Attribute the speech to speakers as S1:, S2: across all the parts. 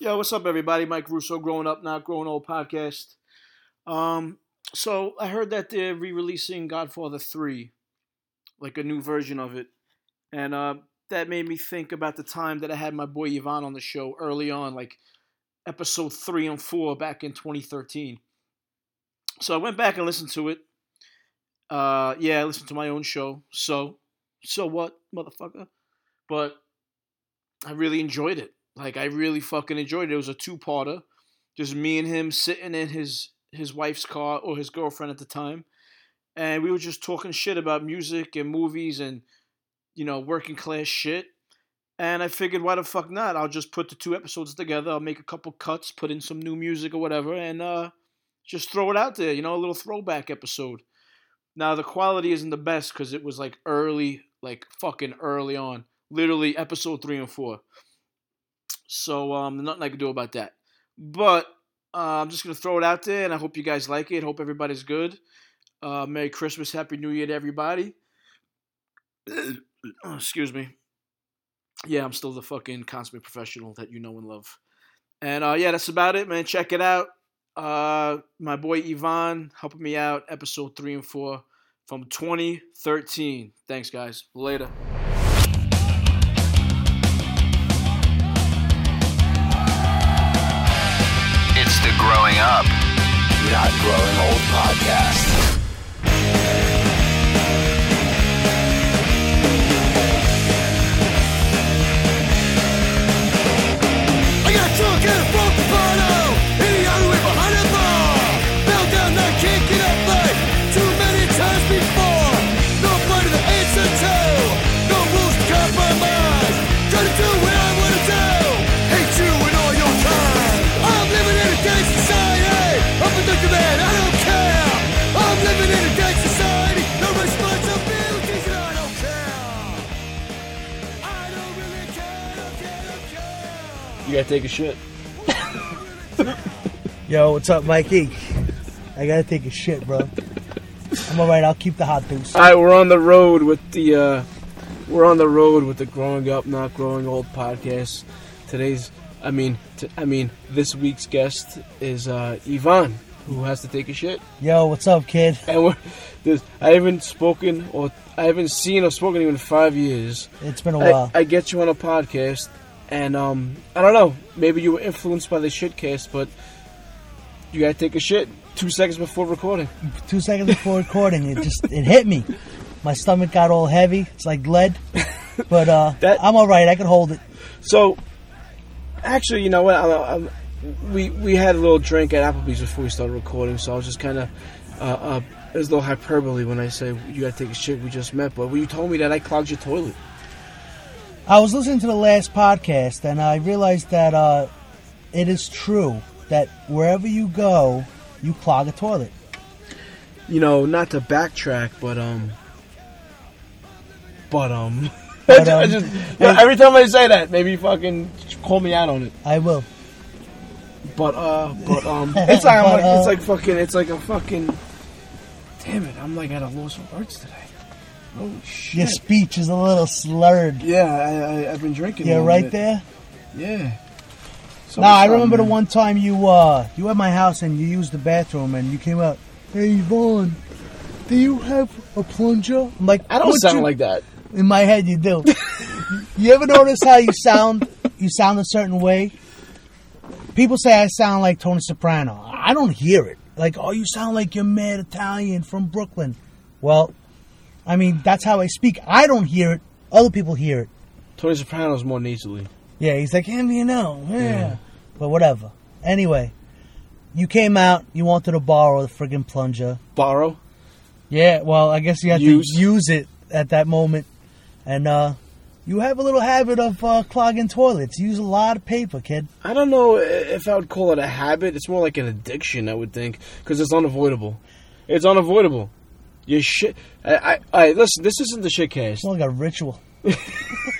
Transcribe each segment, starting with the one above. S1: Yo, what's up, everybody? Mike Russo, Growing Up, Not Growing Old podcast. Um, so I heard that they're re-releasing Godfather Three, like a new version of it, and uh, that made me think about the time that I had my boy Yvonne on the show early on, like episode three and four back in 2013. So I went back and listened to it. Uh, yeah, I listened to my own show. So, so what, motherfucker? But I really enjoyed it. Like I really fucking enjoyed it. It was a two-parter, just me and him sitting in his his wife's car or his girlfriend at the time, and we were just talking shit about music and movies and you know working class shit. And I figured, why the fuck not? I'll just put the two episodes together. I'll make a couple cuts, put in some new music or whatever, and uh, just throw it out there. You know, a little throwback episode. Now the quality isn't the best because it was like early, like fucking early on, literally episode three and four. So um, nothing I can do about that. But uh, I'm just gonna throw it out there, and I hope you guys like it. Hope everybody's good. Uh, Merry Christmas, Happy New Year to everybody. Oh, Excuse me. Yeah, I'm still the fucking consummate professional that you know and love. And uh, yeah, that's about it, man. Check it out. Uh, my boy Yvonne helping me out, episode three and four from 2013. Thanks, guys. Later.
S2: It's the Growing Up, Not Growing Old podcast.
S3: I got drunk at a broke bottle in the alleyway behind a bar. Fell down, I can't get up like too many times before. Nobody to answer to, no rules to compromise. Try to do what I wanna do, hate you and all your kind. I'm living in a gay society, up in the command, I don't care. I'm living in a gay society, no responsibilities and I don't care. I don't really care, don't care, don't care.
S1: You gotta take a shit.
S4: Yo, what's up, Mikey? I gotta take a shit, bro. I'm alright, I'll keep the hot deuce.
S1: All right, we're on the road with the uh, we're on the road with the growing up, not growing old podcast. Today's, I mean, t- I mean, this week's guest is uh, Yvonne, who has to take a shit,
S4: Yo, what's up, kid?
S1: and we're this. I haven't spoken or I haven't seen or spoken to you in five years.
S4: It's been a
S1: I,
S4: while.
S1: I get you on a podcast, and um, I don't know. Maybe you were influenced by the shitcast, but you gotta take a shit two seconds before recording.
S4: Two seconds before recording, it just it hit me. My stomach got all heavy. It's like lead. But uh,
S1: That-
S4: I'm alright, I can hold it.
S1: So, actually, you know what? I, I, we we had a little drink at Applebee's before we started recording, so I was just kind of uh, uh, there's no hyperbole when I say you gotta take a shit. We just met, but you told me that I clogged your toilet.
S4: I was listening to the last podcast and I realized that uh, it is true that wherever you go, you clog a toilet.
S1: You know, not to backtrack, but um, but um.
S4: But,
S1: I
S4: um,
S1: just, yeah, every time I say that, maybe you fucking call me out on it.
S4: I will.
S1: But uh, but um, it's like, I'm
S4: But,
S1: like
S4: uh,
S1: it's like fucking it's like a fucking. Damn it! I'm like at a loss for words today. Holy shit!
S4: Your speech is a little slurred.
S1: Yeah, I, I, I've been drinking.
S4: Yeah,
S1: a little
S4: right
S1: bit.
S4: there.
S1: Yeah. So
S4: No, I remember the one time you uh you at my house and you used the bathroom and you came out. Hey Yvonne, do you have a plunger? I'm like,
S1: I don't
S4: "What
S1: sound
S4: you-"
S1: like that.
S4: In my head, you do. you ever notice how you sound? You sound a certain way. People say I sound like Tony Soprano. I don't hear it. Like, oh, you sound like you're mad Italian from Brooklyn. Well, I mean, that's how I speak. I don't hear it. Other people hear it.
S1: Tony Soprano's more nasally.
S4: Yeah, he's like, him, you know, yeah. But whatever. Anyway, you came out, you wanted to borrow the friggin' plunger.
S1: Borrow.
S4: Yeah, well, I guess you had
S1: Use.
S4: to use it at that moment. And, uh, you have a little habit of uh, clogging toilets. You use a lot of paper, kid.
S1: I don't know i- if I would call it a habit. It's more like an addiction, I would think, because it's unavoidable. It's unavoidable. You shit. I, I, I listen. This isn't the shit cast.
S4: It's more like a ritual.
S1: it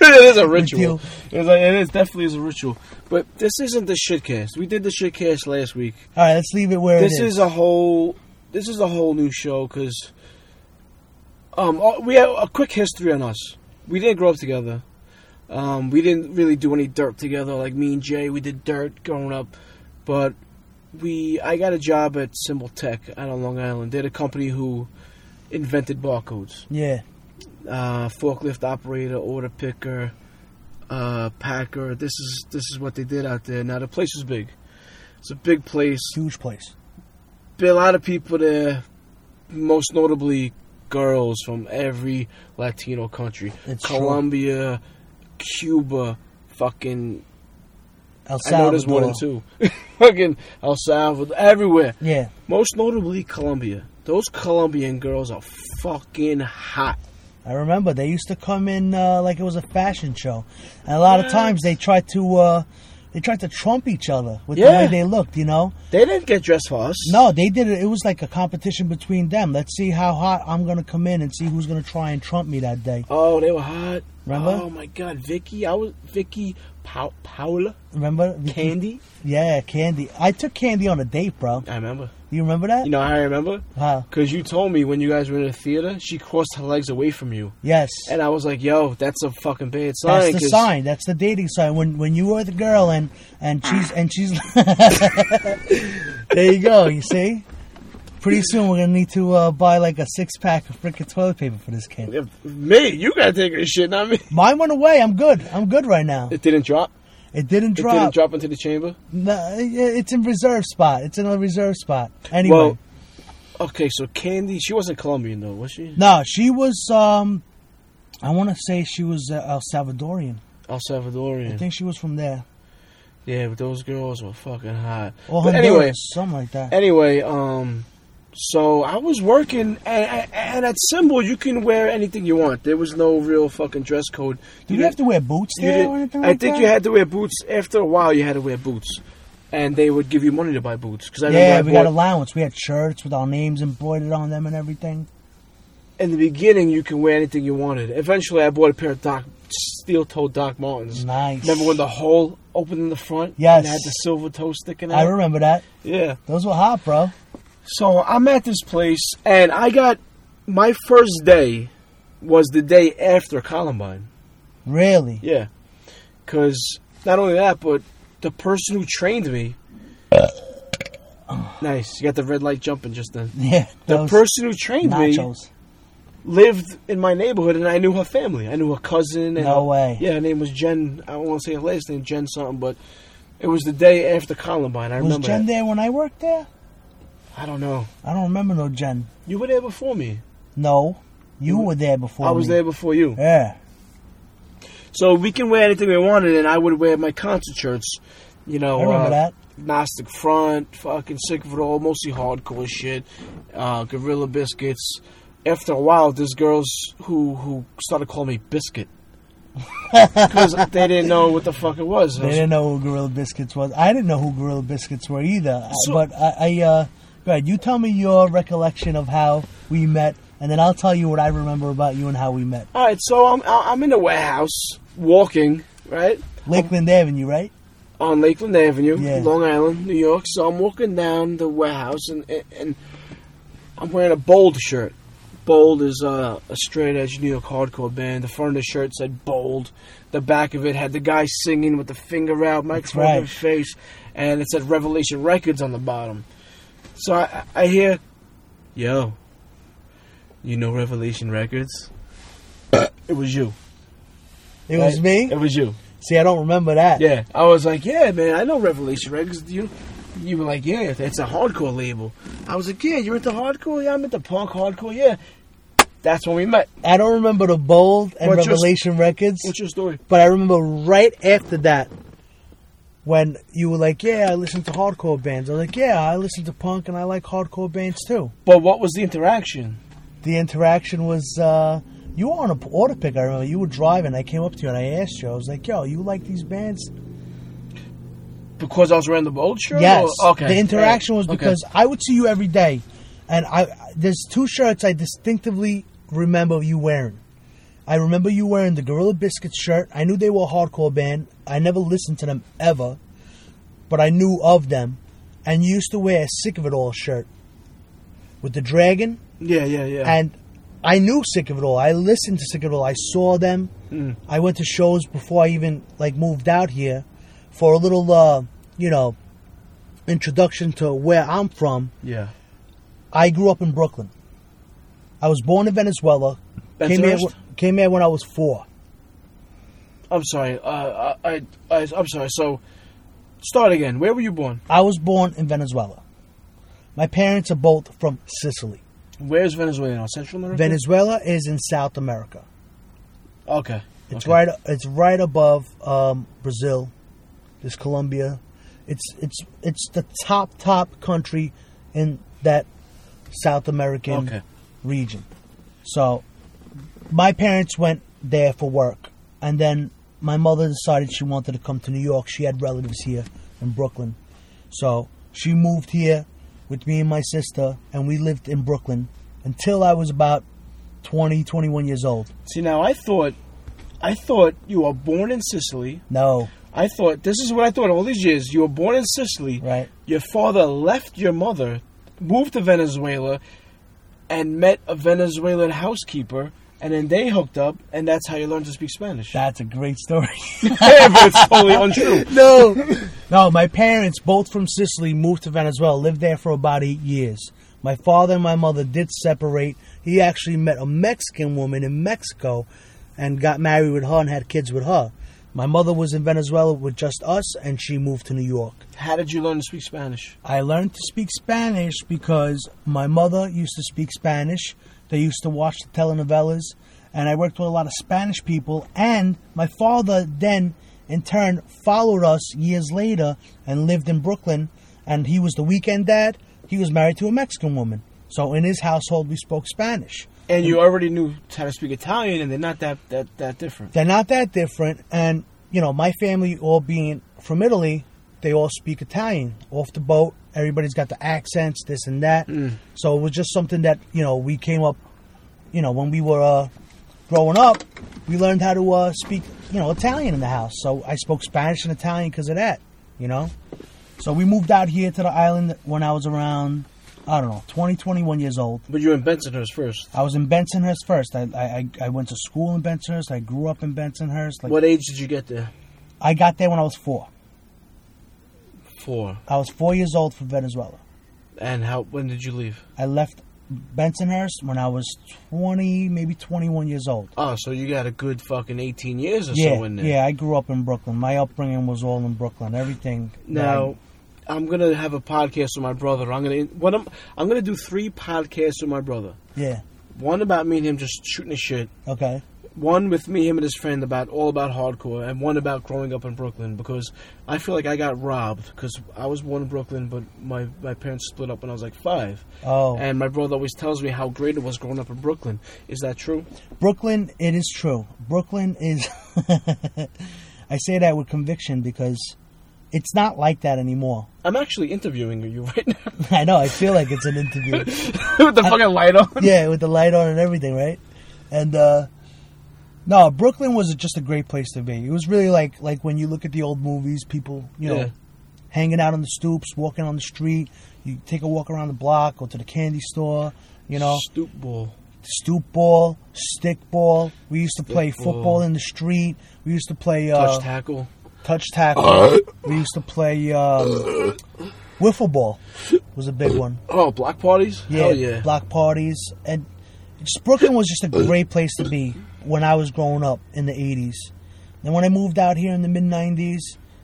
S1: is a
S4: deal.
S1: ritual. It's like it is definitely is a ritual. But this isn't the shitcast. We did the shitcast last week.
S4: All right, let's leave it where
S1: This
S4: it
S1: is a whole. This is a whole new show because. Um, uh, we have a quick history on us. We didn't grow up together. Um, we didn't really do any dirt together. Like me and Jay, we did dirt growing up, but we I got a job at Symbol Tech out on Long Island. They're the company who invented barcodes,
S4: Yeah.
S1: uh, forklift operator, order picker, uh, packer. This is this is what they did out there. Now the place was big. It's a big place.
S4: Huge place.
S1: There are a lot of people there, most notably girls from every Latino country.
S4: It's true.
S1: Colombia, Cuba, fucking
S4: El
S1: I know there's more than two. fucking El Salvador, everywhere.
S4: Yeah.
S1: Most notably Colombia. Those Colombian girls are fucking hot.
S4: I remember they used to come in uh, like it was a fashion show, and a lot of times they tried to uh, they tried to trump each other with the
S1: Yeah.
S4: way they looked. You know,
S1: They didn't get dressed for us.
S4: no, they did it. It was like a competition between them. Let's see how hot I'm gonna come in and see who's gonna try and trump me that day.
S1: Oh, they were hot.
S4: Remember?
S1: Oh my god, Vicky. I was Vicky pa- Paula
S4: Remember?
S1: Candy.
S4: Yeah, Candy. I took Candy on a date, bro.
S1: I remember.
S4: You remember that?
S1: You know how I remember?
S4: Huh.
S1: Because you told me when you guys were in the theater, she crossed her legs away from you.
S4: Yes.
S1: And I was like, yo, that's a fucking bad sign.
S4: That's the
S1: 'cause-
S4: sign. That's the dating sign. When when you were the girl and and she's and she's there. You go. You see. Pretty soon we're gonna need to uh, buy like a six pack of freaking toilet paper for this kid.
S1: If- Me, you gotta take a shit, not me.
S4: Mine went away. I'm good. I'm good right now.
S1: It didn't drop.
S4: It didn't
S1: It
S4: drop.
S1: didn't drop into the chamber.
S4: No, it- it's in reserve spot. It's in a reserve spot. Anyway,
S1: Well, okay, so Candy, she wasn't Colombian though, was she?
S4: no, she was. um I want to say she was uh, El Salvadorian.
S1: El
S4: I
S1: Salvadorian.
S4: think she was from there.
S1: Yeah, but those girls were fucking hot.
S4: Or
S1: But
S4: Honduras,
S1: anyway,
S4: something like that.
S1: anyway, um, so I was working, and, and at Symbol, you can wear anything you want. There was no real fucking dress code.
S4: Did you have to wear boots
S1: you
S4: there
S1: did-
S4: or anything
S1: I
S4: like
S1: think
S4: that?
S1: you had to wear boots. After a while, you had to wear boots, and they would give you money to buy boots. Because I remember
S4: Yeah,
S1: I
S4: we got
S1: bought-
S4: allowance. We had shirts with our names embroidered on them and everything.
S1: in the beginning, you can wear anything you wanted. Eventually, I bought a pair of Doc steel-toed Doc Martens.
S4: Nice.
S1: Remember when the hole opened in the front?
S4: Yes.
S1: And had the silver toe sticking out.
S4: I remember that.
S1: Yeah.
S4: Those were hot, bro.
S1: So I'm at this place, and I got my first day was the day after Columbine.
S4: Really.
S1: Yeah. Because not only that, but the person who trained me. nice. You got the red light jumping just then.
S4: Yeah.
S1: The
S4: those
S1: person who trained me
S4: nachos.
S1: lived in my neighborhood, and I knew her family. I knew her cousin. And
S4: No way.
S1: Yeah, her name was Jen. I don't want to say her last name, Jen something, but it was the day after Columbine. I
S4: Was
S1: remember.
S4: Jen
S1: that.
S4: there when I worked there?
S1: I don't know.
S4: I don't remember no Jen.
S1: You were there before me.
S4: No, you were there before.
S1: Mm-hmm. I was
S4: me.
S1: there before you.
S4: Yeah.
S1: So we can wear anything we wanted, and I would wear my concert shirts. You know,
S4: I remember
S1: uh,
S4: that.
S1: Gnostic Front, fucking Sick of It All, mostly hardcore shit, uh, Gorilla Biscuits. After a while, there's girls who who started calling me Biscuit because they didn't know what the fuck it was.
S4: They didn't know who Gorilla Biscuits was. I didn't know who Gorilla Biscuits were either. I-
S1: So-
S4: but I, I uh, go ahead. You tell me your recollection of how we met, and then I'll tell you what I remember about you and how we met.
S1: All right, so I'm I'm in the warehouse walking right
S4: Lakeland Avenue, right?
S1: on Lakeland Avenue,
S4: Yeah.
S1: Long Island, New York. So I'm walking down the warehouse, and and I'm wearing a Bold shirt. Bold is uh, a straight edge New York hardcore band. The front of the shirt said Bold. The back of it had the guy singing with the finger out, microphone in
S4: right.
S1: his face, and it said Revelation Records on the bottom. So I, I hear, yo, you know Revelation Records? it was you.
S4: It was me.
S1: It was you.
S4: See, I don't remember that.
S1: Yeah, I was like, yeah, man, I know Revelation Records. You, you were like, yeah, it's a hardcore label. I was like, yeah, you're into hardcore. Yeah, I'm into punk hardcore. Yeah, that's when we met.
S4: I don't remember the Bold and
S1: What's your-
S4: Revelation Records,
S1: What's your story?
S4: but I remember right after that when you were like, "Yeah, I listen to hardcore bands." I was like, "Yeah, I listen to punk and I like hardcore bands too."
S1: But what was the interaction?
S4: the interaction was uh, you were on a order pick. I remember you were driving. I came up to you and I asked you. I was like, "Yo, you like these bands?"
S1: Because I was wearing the bold shirt.
S4: yes.
S1: Or- okay.
S4: The interaction was
S1: Okay.
S4: because I would see you every day, and I there's two shirts I distinctively remember you wearing. I remember you wearing the Gorilla Biscuits shirt. I knew they were a hardcore band. I never listened to them ever, but I knew of them. And you used to wear a Sick of It All shirt with the dragon
S1: Yeah, yeah, yeah.
S4: and I knew Sick of It All. I listened to Sick of It All. I saw them. I went to shows before I even like moved out here for a little, uh, you know, introduction to where I'm from.
S1: Yeah.
S4: I grew up in Brooklyn. I was born in Venezuela. Came here,
S1: Bensonhurst?
S4: came here when I was four.
S1: I'm sorry. Uh, I, I, I, I'm sorry. So, start again. Where were you born?
S4: I was born in Venezuela. My parents are both from Sicily.
S1: Where's Venezuela? now? Central America.
S4: Venezuela is in South America.
S1: Okay.
S4: It's
S1: Okay.
S4: right. It's right above um, Brazil. There's Colombia. It's it's it's the top top country in that South American
S1: Okay.
S4: region. So my parents went there for work, and then my mother decided she wanted to come to New York. She had relatives here in Brooklyn, so she moved here with me and my sister, and we lived in Brooklyn until I was about 20, 21 years old.
S1: See, now I thought, I thought you were born in Sicily.
S4: No,
S1: I thought this is what I thought all these years. You were born in Sicily.
S4: right.
S1: Your father left your mother, moved to Venezuela, and met a Venezuelan housekeeper, and then they hooked up, and that's how you learned to speak Spanish.
S4: That's a great story.
S1: yeah, but it's totally untrue.
S4: no, no. My parents, both from Sicily, moved to Venezuela. Lived there for about eight years. My father and my mother did separate. He actually met a Mexican woman in Mexico, and got married with her and had kids with her. My mother was in Venezuela with just us, and she moved to New York.
S1: How did you learn to speak Spanish?
S4: I learned to speak Spanish because my mother used to speak Spanish. They used to watch the telenovelas, and I worked with a lot of Spanish people. And my father then, in turn, followed us years later and lived in Brooklyn. And he was the weekend dad. He was married to a Mexican woman, so in his household we spoke Spanish.
S1: And
S4: Mm.
S1: you already knew how to speak Italian, and they're not that that that different.
S4: They're not that different, and you know, my family, all being from Italy, they all speak Italian. Off the boat, everybody's got the accents, this and that. So it was just something that you know we came up, you know, when we were uh, growing up, we learned how to uh, speak, you know, Italian in the house. So I spoke Spanish and Italian because of that, you know. So we moved out here to the island when I was around, I don't know, 20, 21 years old.
S1: But you were in Bensonhurst first.
S4: I was in Bensonhurst first. I, I I- I went to school in Bensonhurst. I grew up in Bensonhurst. Like
S1: What age did you get there?
S4: I got there when I was four.
S1: Four.
S4: I was four years old from Venezuela.
S1: And how? When did you leave?
S4: I left Bensonhurst when I was 20, maybe 21 years old.
S1: Oh, so you got a good fucking eighteen years or
S4: yeah,
S1: so in there.
S4: yeah, I grew up in Brooklyn. My upbringing was all in Brooklyn. Everything. that I-
S1: Now, I'm gonna have a podcast with my brother. I'm gonna what I'm I'm gonna do three podcasts with my brother.
S4: yeah.
S1: One about me and him just shooting the shit.
S4: Okay.
S1: One with me, him, and his friend about all about hardcore, and one about growing up in Brooklyn because I feel like I got robbed because I was born in Brooklyn, but my my parents split up when I was like five.
S4: Oh,
S1: And my brother always tells me how great it was growing up in Brooklyn. Is that true?
S4: Brooklyn. It is true. Brooklyn is. I say that with conviction because it's not like that anymore.
S1: I'm actually interviewing you right now
S4: I know. I feel like it's an interview.
S1: with the fucking light on.
S4: yeah, with the light on and everything, right? And uh no, Brooklyn was just a great place to be. It was really like like when you look at the old movies, people you know
S1: Yeah.
S4: hanging out on the stoops, walking on the street. You take a walk around the block, go to the candy store. You know,
S1: Stoop ball.
S4: stoop ball, stick ball. We used to play
S1: Stick ball.
S4: football in the street. We used to play uh,
S1: Touch
S4: touch,
S1: tackle.
S4: tackle. we used to play um, wiffle ball. Was a big one.
S1: Oh, block parties?
S4: Yeah,
S1: Hell yeah.
S4: block parties, and just Brooklyn was just a great place to be when I was growing up in the '80s. And when I moved out here in the mid '90s,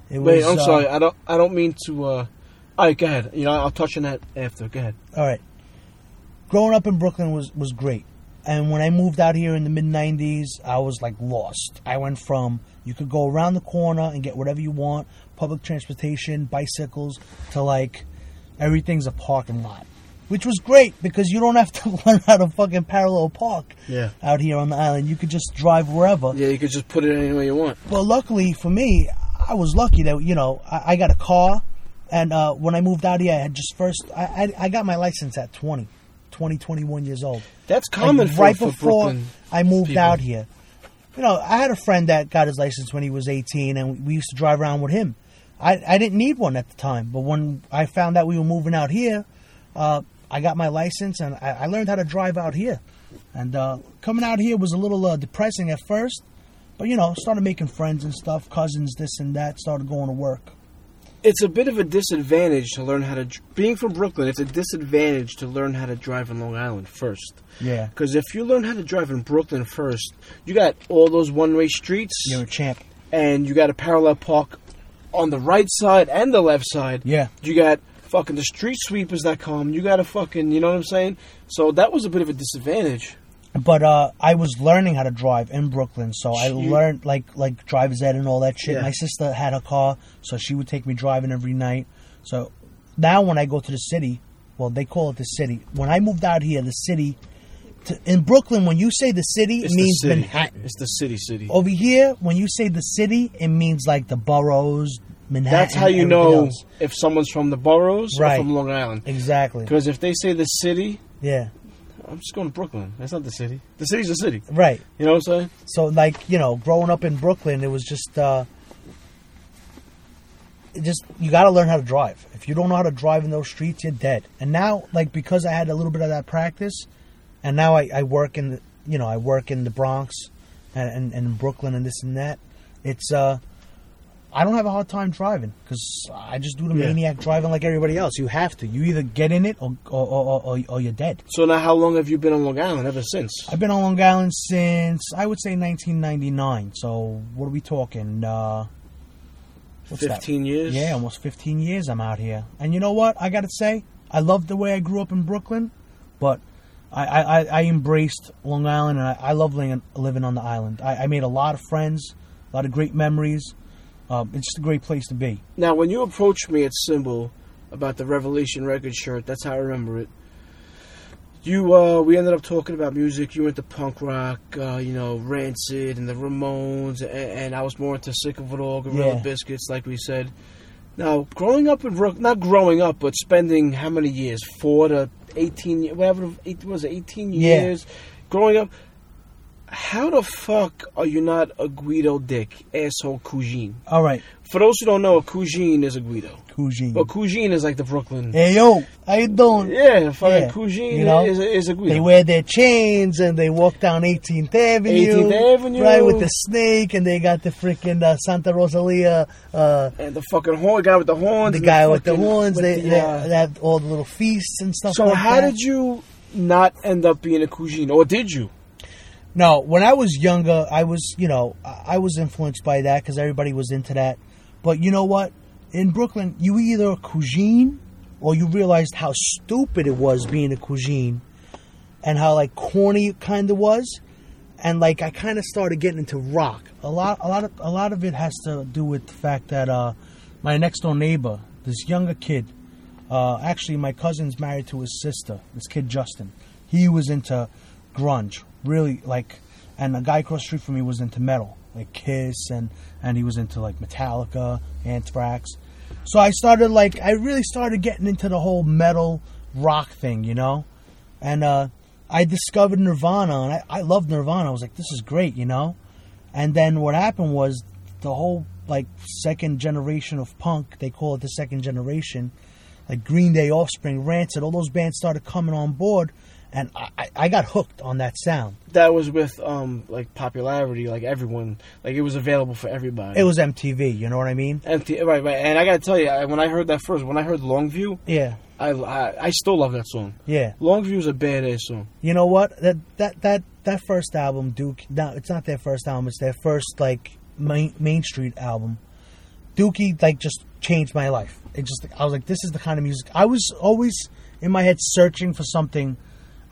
S4: it was.
S1: Wait, I'm
S4: uh,
S1: sorry. I don't. I don't mean to. uh All right, go ahead. You know, I'll touch on that after. Go ahead.
S4: All right, growing up in Brooklyn was was great, and when I moved out here in the mid '90s, I was like lost. I went from you could go around the corner and get whatever you want, public transportation, bicycles, to like everything's a parking lot. Which was great because you don't have to learn how to fucking parallel park.
S1: Yeah.
S4: out here on the island. You could just drive wherever.
S1: Yeah, you could just put it any way you want.
S4: But luckily for me, I was lucky that you know I, I got a car, and uh, when I moved out here, I had just first I, I, I got my license at 20, 20, 21 years old.
S1: That's
S4: Like,
S1: common for,
S4: right
S1: for
S4: before
S1: Brooklyn.
S4: I moved
S1: people.
S4: out here. You know, I had a friend that got his license when he was eighteen, and we used to drive around with him. I, I didn't need one at the time, but when I found out we were moving out here, uh, I got my license and I, I learned how to drive out here. And uh, coming out here was a little uh, depressing at first, but you know, started making friends and stuff, cousins, this and that. Started going to work.
S1: It's a bit of a disadvantage to learn how to. dr- Being from Brooklyn, it's a disadvantage to learn how to drive in Long Island first.
S4: Yeah,
S1: Because if you learn how to drive in Brooklyn first, you got all those one way streets,
S4: you're a champ.
S1: and you got a parallel park on the right side and the left side.
S4: Yeah,
S1: You got fucking the street sweepers that come. You got a fucking, you know what I'm saying? So that was a bit of a disadvantage.
S4: but uh, I was learning how to drive in Brooklyn, so I
S1: You-
S4: learned like like driver's ed and all that shit.
S1: Yeah.
S4: My sister had a car, so she would take me driving every night. So now when I go to the city, well, they call it the city. When I moved out here, the city to, in Brooklyn, when you say the city, it
S1: the
S4: means
S1: city.
S4: Manhattan. Oh,
S1: It's the city, city.
S4: Over here, when you say the city, it means like the boroughs, Manhattan.
S1: That's how you
S4: everything
S1: know
S4: else.
S1: if someone's from the boroughs
S4: Right.
S1: or from Long Island.
S4: exactly.
S1: Because if they say the city,
S4: Yeah,
S1: I'm just going to Brooklyn. That's not the city. The city's the city.
S4: right.
S1: You know what I'm saying?
S4: So, like, you know, growing up in Brooklyn, it was just, uh, it just you got to learn how to drive. If you don't know how to drive in those streets, you're dead. And now, like, because I had a little bit of that practice, and now I, I work in, the, you know, I work in the Bronx and, and, and in Brooklyn and this and that. It's, uh, I don't have a hard time driving because I just do the
S1: Yeah.
S4: maniac driving like everybody else. You have to. You either get in it or or, or, or, or you're dead.
S1: So now, how long have you been on Long Island? Ever since?
S4: I've been on Long Island since I would say 1999. So what are we talking? Uh, what's that?
S1: 15 years?
S4: Yeah, almost 15 years I'm out here. And you know what? I gotta say, I love the way I grew up in Brooklyn, but I I, I, I embraced Long Island and I, I love living, living on the island. I, I made a lot of friends, a lot of great memories. Um, it's just a great place to be.
S1: Now, when you approached me at Symbol about the Revelation record shirt, that's how I remember it. You, uh, we ended up talking about music. You were into punk rock, uh, you know, Rancid and the Ramones, and, and I was more into Sick of It All, Gorilla
S4: Yeah.
S1: Biscuits, like we said. Now, growing up in Brook, not growing up, but spending how many years? Four to eighteen, ye- whatever. Eight, what was it eighteen
S4: Yeah.
S1: years? Growing up, how the fuck are you not a Guido Dick asshole Cugine?
S4: All right,
S1: For those who don't know, a Cugine is a Guido.
S4: Cousine.
S1: Well, Cugine is like the Brooklyn.
S4: Hey yo, how you doing?
S1: Yeah, fucking
S4: Yeah,
S1: Cugine
S4: you know,
S1: is, a, is a Guido.
S4: They wear their chains and they walk down 18th Avenue,
S1: 18th Avenue.
S4: right with the snake, and they got the freaking uh, Santa Rosalia, uh,
S1: and the fucking horn guy with the horns.
S4: the
S1: and
S4: guy with the
S1: fucking-
S4: horns.
S1: with
S4: They,
S1: the,
S4: they,
S1: uh,
S4: they have all the little feasts and stuff.
S1: so
S4: like
S1: how
S4: that.
S1: did you not end up being a Cugine, or did you?
S4: No, when I was younger, I was you know I I was influenced by that because everybody was into that. But you know what? In Brooklyn, you were either a cuisine or you realized how stupid it was being a cuisine and how like corny it kind of was. And like I kind of started getting into rock. A lot, a lot of, a lot of it has to do with the fact that uh, my next door neighbor, this younger kid, uh, actually my cousin's married to his sister this kid justin he was into grunge really like and a guy across the street from me was into metal like kiss and and he was into like metallica anthrax so i started like i really started getting into the whole metal rock thing you know and uh i discovered nirvana and i, I loved nirvana i was like this is great you know and then what happened was the whole like second generation of punk, they call it the second generation, like Green Day, Offspring, Rancid, all those bands started coming on board, and I, I- I got hooked on that sound.
S1: That was with um like popularity, like everyone, like it was available for everybody.
S4: It was MTV, you know what I mean?
S1: Empty, right, right. And I gotta tell you, I, when I heard that first, when I heard Longview,
S4: Yeah,
S1: I, I I still love that song.
S4: yeah.
S1: Longview is a badass song.
S4: You know what? That that that that first album, Duke. No, it's not their first album. It's their first like main, Main Street album. Dookie like just changed my life. It just I was like, this is the kind of music I was always in my head searching for something,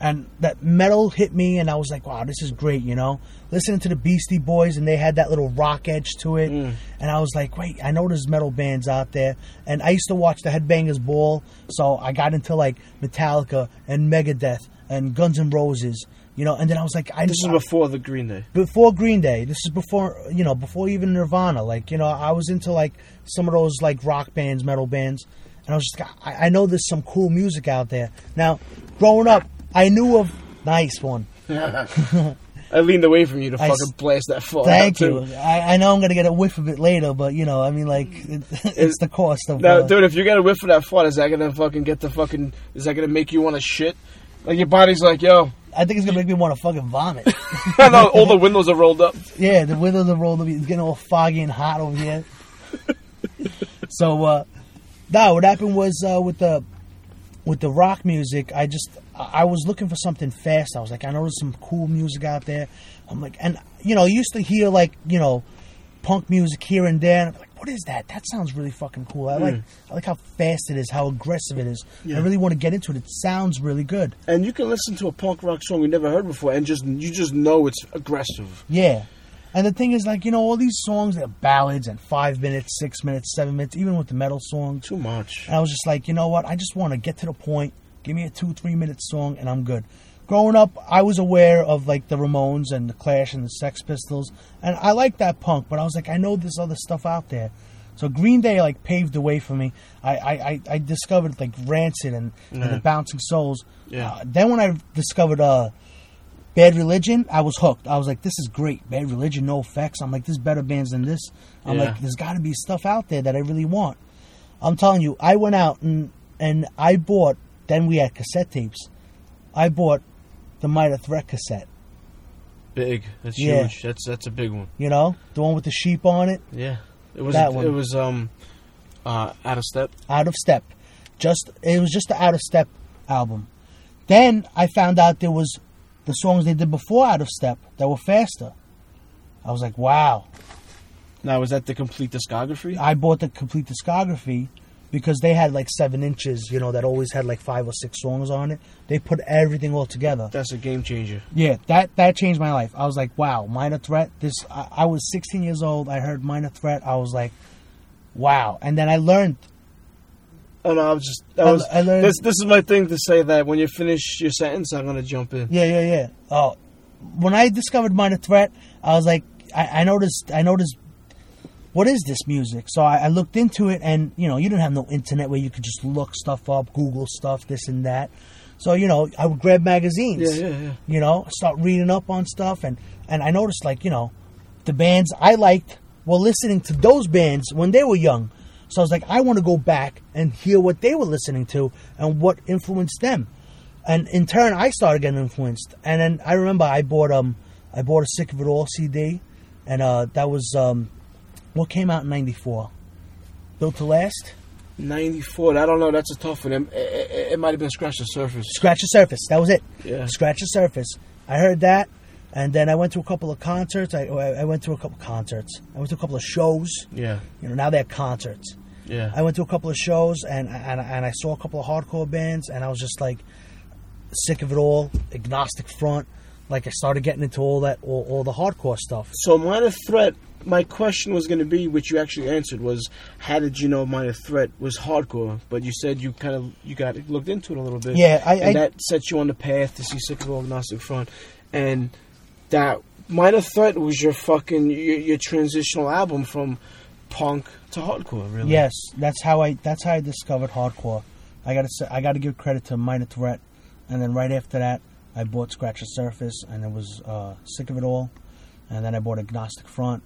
S4: and that metal hit me, and I was like, wow, this is great. You know, listening to the Beastie Boys, and they had that little rock edge to it,
S1: Mm.
S4: and I was like, wait, I know there's metal bands out there, and I used to watch the Headbangers Ball, so I got into like Metallica and Megadeth and Guns N' Roses. You know, and then I was like, I
S1: This is before the Green Day.
S4: before Green Day. This is before you know, before even Nirvana. Like you know, I was into like some of those like rock bands, metal bands, and I was just I, I know there's some cool music out there. Now, growing up, I knew of nice one.
S1: I leaned away from you to
S4: I
S1: fucking
S4: s-
S1: blast that far.
S4: Thank
S1: too.
S4: you. I, I know I'm gonna get a whiff of it later, but you know, I mean, like it, it's the cost of.
S1: Now,
S4: uh,
S1: dude, if you got a whiff of that fart, is that gonna fucking get the fucking? Is that gonna make you want to shit? Like your body's like, yo,
S4: I think it's gonna make me want to fucking vomit.
S1: I know all the windows are rolled up.
S4: yeah, the windows are rolled up. It's getting all foggy and hot over here. so, uh, no, what happened was uh, with the with the rock music. I just I I was looking for something fast. I was like, I know there's some cool music out there. I'm like, and you know, I used to hear like you know punk music here and there. And I'm like, what is that? That sounds really fucking cool. I like I like how fast it is, how aggressive it is. I really want to get into it. It sounds really good.
S1: And you can listen to a punk rock song you never heard before, and just you just know it's aggressive.
S4: Yeah. And the thing is, like, you know, all these songs, they're ballads and five minutes, six minutes, seven minutes, even with the metal songs.
S1: Too much.
S4: And I was just like, you know what? I just want to get to the point. Give me a two, three minute song, and I'm good. Growing up, I was aware of, like, the Ramones and the Clash and the Sex Pistols. And I like that punk, but I was like, I know there's other stuff out there. So Green Day, like, paved the way for me. I, I, I- I discovered, like, Rancid and, and the Bouncing Souls.
S1: Yeah.
S4: Uh, then when I discovered, uh, Bad Religion, I was hooked. I was like, this is great. Bad Religion, no effects. I'm like, there's better bands than this. I'm
S1: Yeah.
S4: like, there's got to be stuff out there that I really want. I'm telling you, I went out and and I bought. Then we had cassette tapes. I bought the Mitre Threat cassette.
S1: Big. That's
S4: Yeah.
S1: huge. That's that's a big one.
S4: You know, the one with the sheep on it,
S1: Yeah. It was
S4: That one.
S1: it was um uh out of step.
S4: out of step. Just it was just the out of step album. Then I found out there was the songs they did before out of step that were faster. I was like, wow.
S1: Now was that the complete discography?
S4: I bought the complete discography because they had like seven inches, you know, that always had like five or six songs on it. They put everything all together.
S1: That's a game changer.
S4: Yeah, that that changed my life. I was like, wow, Minor Threat. This I, I was 16 years old. I heard Minor Threat. I was like, wow. And then I learned.
S1: Oh no, I was just
S4: I-
S1: I was
S4: I learned-
S1: this this is my thing to say that when you finish your sentence I'm gonna jump in.
S4: Yeah, yeah, yeah. Oh, when I discovered Minor Threat, I was like, I, I noticed. I noticed. What is this music? So I, I looked into it, and you know, you didn't have no internet where you could just look stuff up, Google stuff, this and that. So you know, I would grab magazines.
S1: Yeah, yeah, yeah.
S4: you know start reading up on stuff and and i noticed like you know the bands i liked were listening to those bands when they were young so i was like i want to go back and hear what they were listening to and what influenced them and in turn i started getting influenced and then i remember i bought um i bought a sick of it all cd and uh that was um what came out in 94 built to last
S1: Ninety four. I don't know. That's a tough one. It, it, it might have been scratch the surface.
S4: Scratch the Surface. That was it.
S1: Yeah.
S4: Scratch the Surface. I heard that, and then I went to a couple of concerts. I, I went to a couple concerts. I went to a couple of shows.
S1: Yeah,
S4: You know, now they're concerts.
S1: yeah.
S4: I went to a couple of shows, and and, and I saw a couple of hardcore bands, and I was just like sick of it all. Agnostic Front. Like I started getting into all that, all, all the hardcore stuff.
S1: so minor threat. My question was going to be, which you actually answered, was how did you know minor threat was hardcore? But you said you kind of you got looked into it a little bit.
S4: Yeah, I-
S1: and
S4: I-
S1: that set you on the path to see sick of agnostic front, and that minor threat was your fucking your, your transitional album from punk to hardcore. Really?
S4: Yes, that's how I. That's how I discovered hardcore. I gotta say, I gotta give credit to Minor Threat, and then right after that, I bought Scratch the Surface, and it was uh, sick of it all, and then I bought Agnostic Front.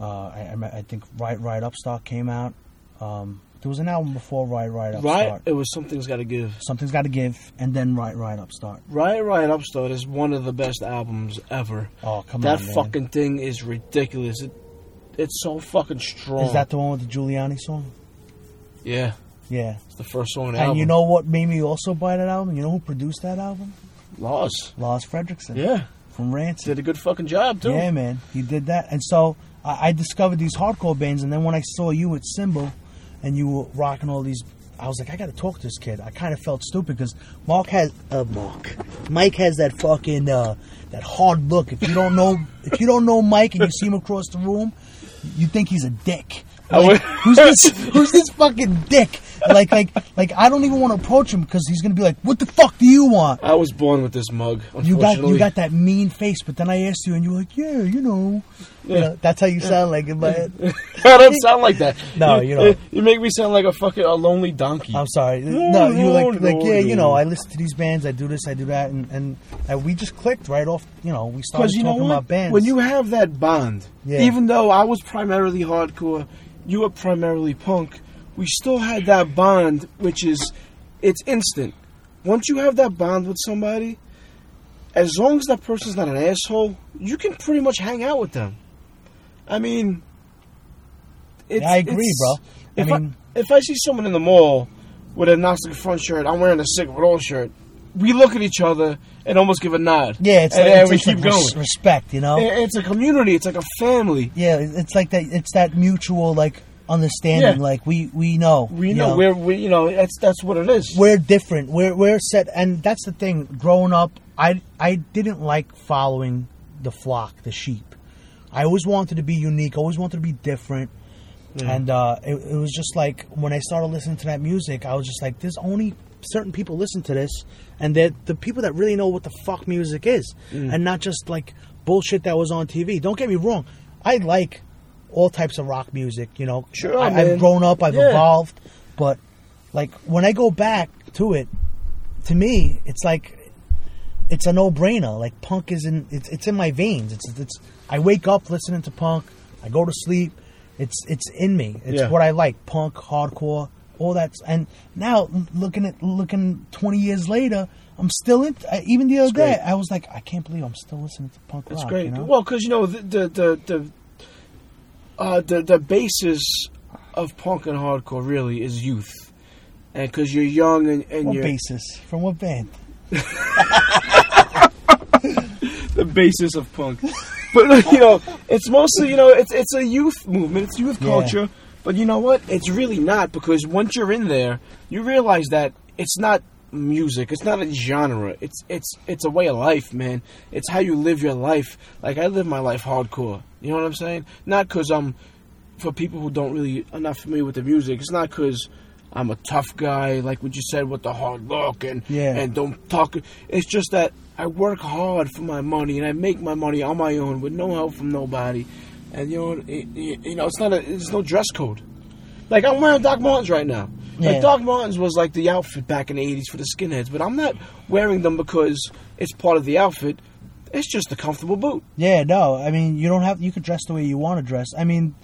S4: Uh, I, I me- I think Right Right Upstart came out. Um, there was an album before Right Right
S1: Right.
S4: Upstart.
S1: It was something's got to give.
S4: Something's got to give, and then Right Right Upstart.
S1: Riot Riot Upstart is one of the best albums ever.
S4: Oh come
S1: that
S4: on, man.
S1: fucking thing is ridiculous. It, it's so fucking strong.
S4: Is that the one with the Giuliani song?
S1: yeah,
S4: Yeah.
S1: it's the first song on the
S4: And
S1: album.
S4: you know what made me also buy that album? You know who produced that album?
S1: Laws.
S4: Lars Fredrickson
S1: Yeah,
S4: from Rancid.
S1: did a good fucking job too.
S4: Yeah, man, he did that, and so I, I discovered these hardcore bands, and then when I saw you at Symbol, and you were rocking all these, I was like, I got to talk to this kid. I kind of felt stupid because Mark has uh, Mark, Mike has that fucking uh, that hard look. If you don't know, if you don't know Mike and you see him across the room, you think he's a dick. Like, who's this? Who's this fucking dick? Like, like, like, I don't even want to approach him because he's gonna be like, "What the fuck do you want?"
S1: I was born with this mug.
S4: You got
S1: Unfortunately,
S4: you got that mean face, but then I asked you, and you were like, "Yeah, you know, You know, that's how you sound like in my head."
S1: I don't sound like that.
S4: No, you don't.
S1: You make me sound like a fucking a lonely donkey.
S4: I'm sorry. No, you were like,
S1: no,
S4: like, yeah, you
S1: no.
S4: know, I listen to these bands, I do this, I do that, and and, and we just clicked right off. You know, we started
S1: Because you know
S4: talking
S1: what?
S4: about bands.
S1: When you have that bond,
S4: Yeah.
S1: even though I was primarily hardcore, you were primarily punk, we still had that bond, which is it's instant. Once you have that bond with somebody, as long as that person's not an asshole, you can pretty much hang out with them. I mean, it's,
S4: Yeah, I agree,
S1: it's-
S4: bro. I
S1: If I,
S4: mean-
S1: if I see someone in the mall with a Gnostic front shirt, I'm wearing a sick roll shirt. We look at each other and almost give a nod.
S4: Yeah, it's
S1: and
S4: like,
S1: then
S4: it's
S1: we
S4: just
S1: keep
S4: like
S1: going.
S4: res- respect, you know.
S1: I- It's a community. It's like a family.
S4: Yeah, it's like that. It's that mutual like understanding.
S1: Yeah.
S4: Like we we know
S1: We
S4: you
S1: know, we're we, you know that's that's what it is.
S4: we're different. We're we're set, and that's the thing. Growing up, I I didn't like following the flock, the sheep. I always wanted to be unique. I always wanted to be different. And uh, it, it was just like when I started listening to that music, I was just like, "There's only certain people listen to this, and they're the people that really know what the fuck music is,
S1: Mm.
S4: and not just like bullshit that was on TV." Don't get me wrong, I like all types of rock music. You know,
S1: Sure,
S4: I,
S1: man.
S4: I've grown up, I've
S1: Yeah.
S4: evolved, but like when I go back to it, to me, it's like it's a no-brainer. Like punk is in it's, it's in my veins. It's it's I wake up listening to punk. I go to sleep. It's it's in me. It's
S1: Yeah.
S4: what I like. Punk, hardcore, all that. And now looking at looking twenty years later, I'm still in. I- Even the other day,
S1: great.
S4: I was like, I can't believe I'm still listening to punk
S1: That's
S4: rock.
S1: great.
S4: You know?
S1: Well, because you know the the the the, uh, the the basis of punk and hardcore really is youth, and because you're young and, and
S4: what
S1: you're
S4: basis from what band?
S1: the basis of punk. but you know, it's mostly you know it's it's a youth movement. It's youth
S4: Yeah.
S1: culture. But you know what? It's really not because once you're in there, you realize that it's not music. It's not a genre. It's it's it's a way of life, man. It's how you live your life. Like I live my life hardcore. You know what I'm saying? Not because I'm for people who don't really are not familiar with the music. It's not because I'm a tough guy, like what you said with the hard look and
S4: Yeah.
S1: and don't talk. It's just that I work hard for my money and I make my money on my own with no help from nobody. And you know, it, it- you know, it's not a, it's no dress code. Like I'm wearing Doc Martens right now.
S4: Yeah.
S1: Like Doc Martens was like the outfit back in the '80s for the skinheads, but I'm not wearing them because it's part of the outfit. It's just a comfortable boot.
S4: Yeah, no. I mean, you don't have. You could dress the way you want to dress. I mean,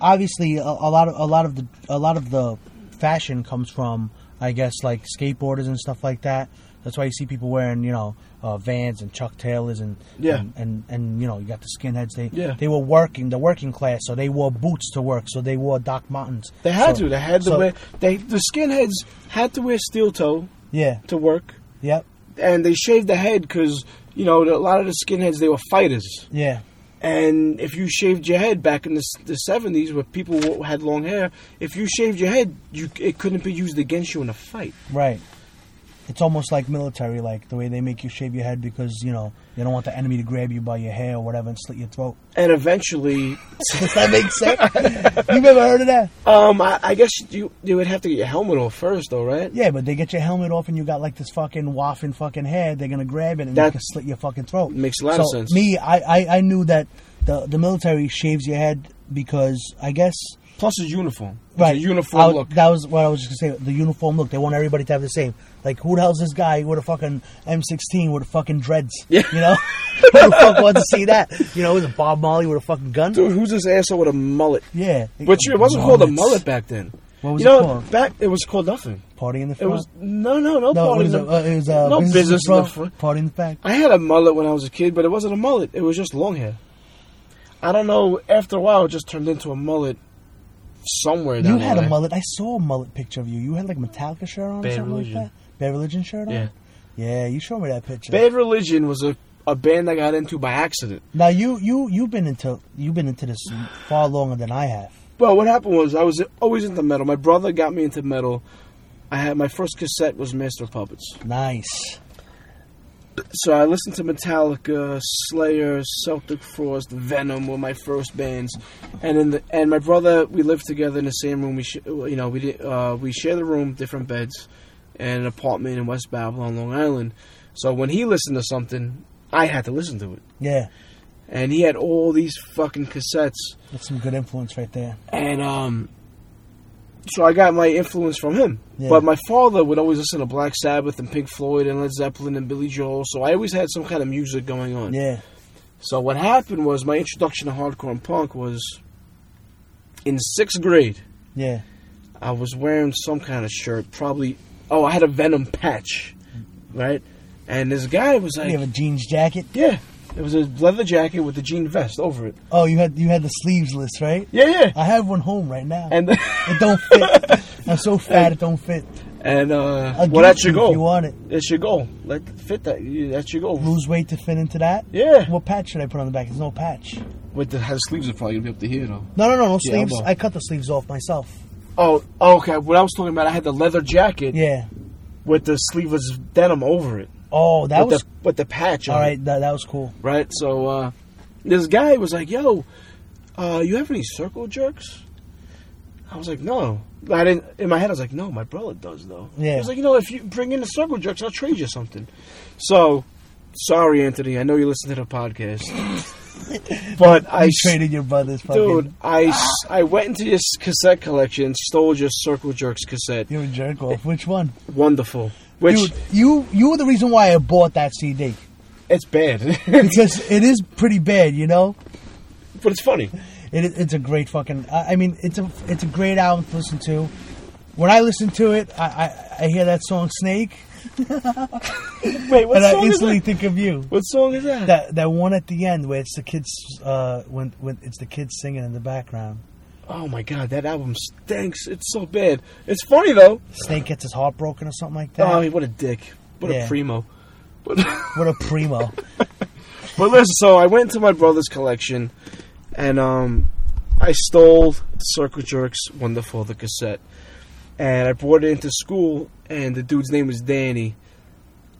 S4: obviously, a, a lot of a lot of the a lot of the fashion comes from, I guess, like skateboarders and stuff like that. That's why you see people wearing, you know, uh, Vans and Chuck Taylors and
S1: Yeah.
S4: and, and and you know, you got the skinheads. They
S1: Yeah.
S4: they were working the working class, so they wore boots to work. So they wore Doc Martens.
S1: They had
S4: So-
S1: to. They had to
S4: so-
S1: wear. They the skinheads had to wear steel toe
S4: Yeah.
S1: to work,
S4: Yep.
S1: and they shaved the head because you know the- a lot of the skinheads they were fighters.
S4: Yeah.
S1: And if you shaved your head back in the s- the seventies, where people w- had long hair, if you shaved your head, you it couldn't be used against you in a fight.
S4: Right. It's almost like military, like the way they make you shave your head because you know they don't want the enemy to grab you by your hair or whatever and slit your throat.
S1: And eventually,
S4: Does that make sense? You've ever heard of that?
S1: um, I, I guess you you would have to get your helmet off first, though, right?
S4: Yeah, but they get your helmet off and you got like this fucking waffing fucking head. They're gonna grab it and they
S1: That-
S4: can slit your fucking throat.
S1: Makes a lot of
S4: So,
S1: sense.
S4: Me, I, I, I knew that the the military shaves your head because I guess
S1: Plus a uniform, It's
S4: right
S1: A
S4: I
S1: uniform
S4: was-
S1: look.
S4: That was what I was just gonna say. The uniform look. They want everybody to have the same. Like who the hell's this guy with a fucking M16 with a fucking dreads?
S1: Yeah.
S4: You know, who the fuck wants to see that? You know, is it Bob Marley with a fucking gun?
S1: Dude, who's this asshole with a mullet?
S4: Yeah,
S1: But it wasn't called a
S4: Mullets.
S1: mullet back then.
S4: What was
S1: you know,
S4: it called?
S1: Back it was called nothing.
S4: Party in the
S1: It
S4: front.
S1: was no, no, no.
S4: Uh, no,
S1: part
S4: what
S1: in
S4: is
S1: the-
S4: it? Uh, it was uh,
S1: no business, in the
S4: front,
S1: front.
S4: Party in the back.
S1: I had a mullet when I was a kid, but it wasn't a mullet. It was just long hair. I don't know. After a while, it just turned into a mullet somewhere.
S4: You
S1: down the
S4: had a
S1: line.
S4: mullet. I saw a mullet picture of you. You had like a Metallica shirt on, or
S1: Bad
S4: something
S1: Religion.
S4: like that. Bad Religion shirt on.
S1: Yeah.
S4: Yeah, you showed me that picture.
S1: Bad Religion was a, a band I got into by accident.
S4: now you you you've been into you've been into this far longer than I have.
S1: Well, what happened was I was always into metal. My brother got me into metal. I had my first cassette was Master of Puppets.
S4: Nice.
S1: So I listened to Metallica, Slayer, Celtic Frost, Venom were my first bands, and in the and my brother we lived together in the same room. We sh- you know we did, uh, we shared a room, different beds, and an apartment in West Babylon, Long Island. So when he listened to something, I had to listen to it,
S4: Yeah,
S1: and he had all these fucking cassettes,
S4: that's some good influence right there.
S1: and um, so I got my influence from him.
S4: Yeah.
S1: But my father would always listen to Black Sabbath and Pink Floyd and Led Zeppelin and Billy Joel, so I always had some kind of music going on.
S4: Yeah,
S1: So what happened was my introduction to hardcore and punk was in sixth grade.
S4: yeah.
S1: I was wearing some kind of shirt, probably. Oh, I had a Venom patch, right? And this guy was
S4: You have a
S1: like,
S4: jeans jacket.
S1: yeah, it was a leather jacket with a jean vest over it.
S4: Oh, you had you had the sleeveless, right?
S1: Yeah, yeah.
S4: I have one home right now.
S1: And
S4: it don't fit. I'm so fat it don't fit.
S1: and uh,
S4: I'll
S1: well,
S4: give it
S1: that's
S4: to
S1: your
S4: you if
S1: goal.
S4: you want it.
S1: That's your goal. Let fit that. you- That's your goal.
S4: Lose weight to fit into that.
S1: Yeah.
S4: What patch should I put on the back? There's no patch.
S1: With the, the sleeves are probably gonna be up to here though.
S4: No, no, no, no
S1: Yeah,
S4: sleeves.
S1: elbow.
S4: I cut the sleeves off myself.
S1: Oh, oh, okay. What I was talking about, I had the leather jacket
S4: Yeah.
S1: with the sleeveless denim over it.
S4: Oh, that
S1: with
S4: was
S1: the with the patch.
S4: all
S1: on it.
S4: right. That, that was cool.
S1: right? So uh, this guy was like, "Yo, uh, you have any circle jerks?" I was like, "No." I didn't. In my head, I was like, "No, my brother does though."
S4: Yeah.
S1: He was like, "You know, if you bring in the circle jerks, I'll trade you something." So, sorry, Anthony. I know you listen to the podcast, but I
S4: I
S1: s-
S4: traded your brother's fucking.
S1: dude, I s- I went into your s- cassette collection, and stole your circle jerks cassette.
S4: You're a jerk off. Which one?
S1: Wonderful. Which
S4: Dude, you you were the reason why I bought that CD
S1: it's bad,
S4: because it is pretty bad, you know.
S1: but it's funny.
S4: It, is- it's a great fucking. I, I mean, it's a it's a great album to listen to. When I listen to it, I I, I hear that song Snake,
S1: Wait, what
S4: and I
S1: song is
S4: instantly
S1: that?
S4: think of you.
S1: What song is that?
S4: That that one at the end where it's the kids uh when when it's the kids singing in the background.
S1: Oh my god, that album stinks. It's so bad. It's funny though.
S4: Snake gets his heart broken or something like that.
S1: Oh, what a dick. What
S4: Yeah.
S1: a primo. But,
S4: what a primo!
S1: but listen, so I went to my brother's collection and um I stole Circle Jerks Wonderful the cassette. And I brought it into school and the dude's name was Danny.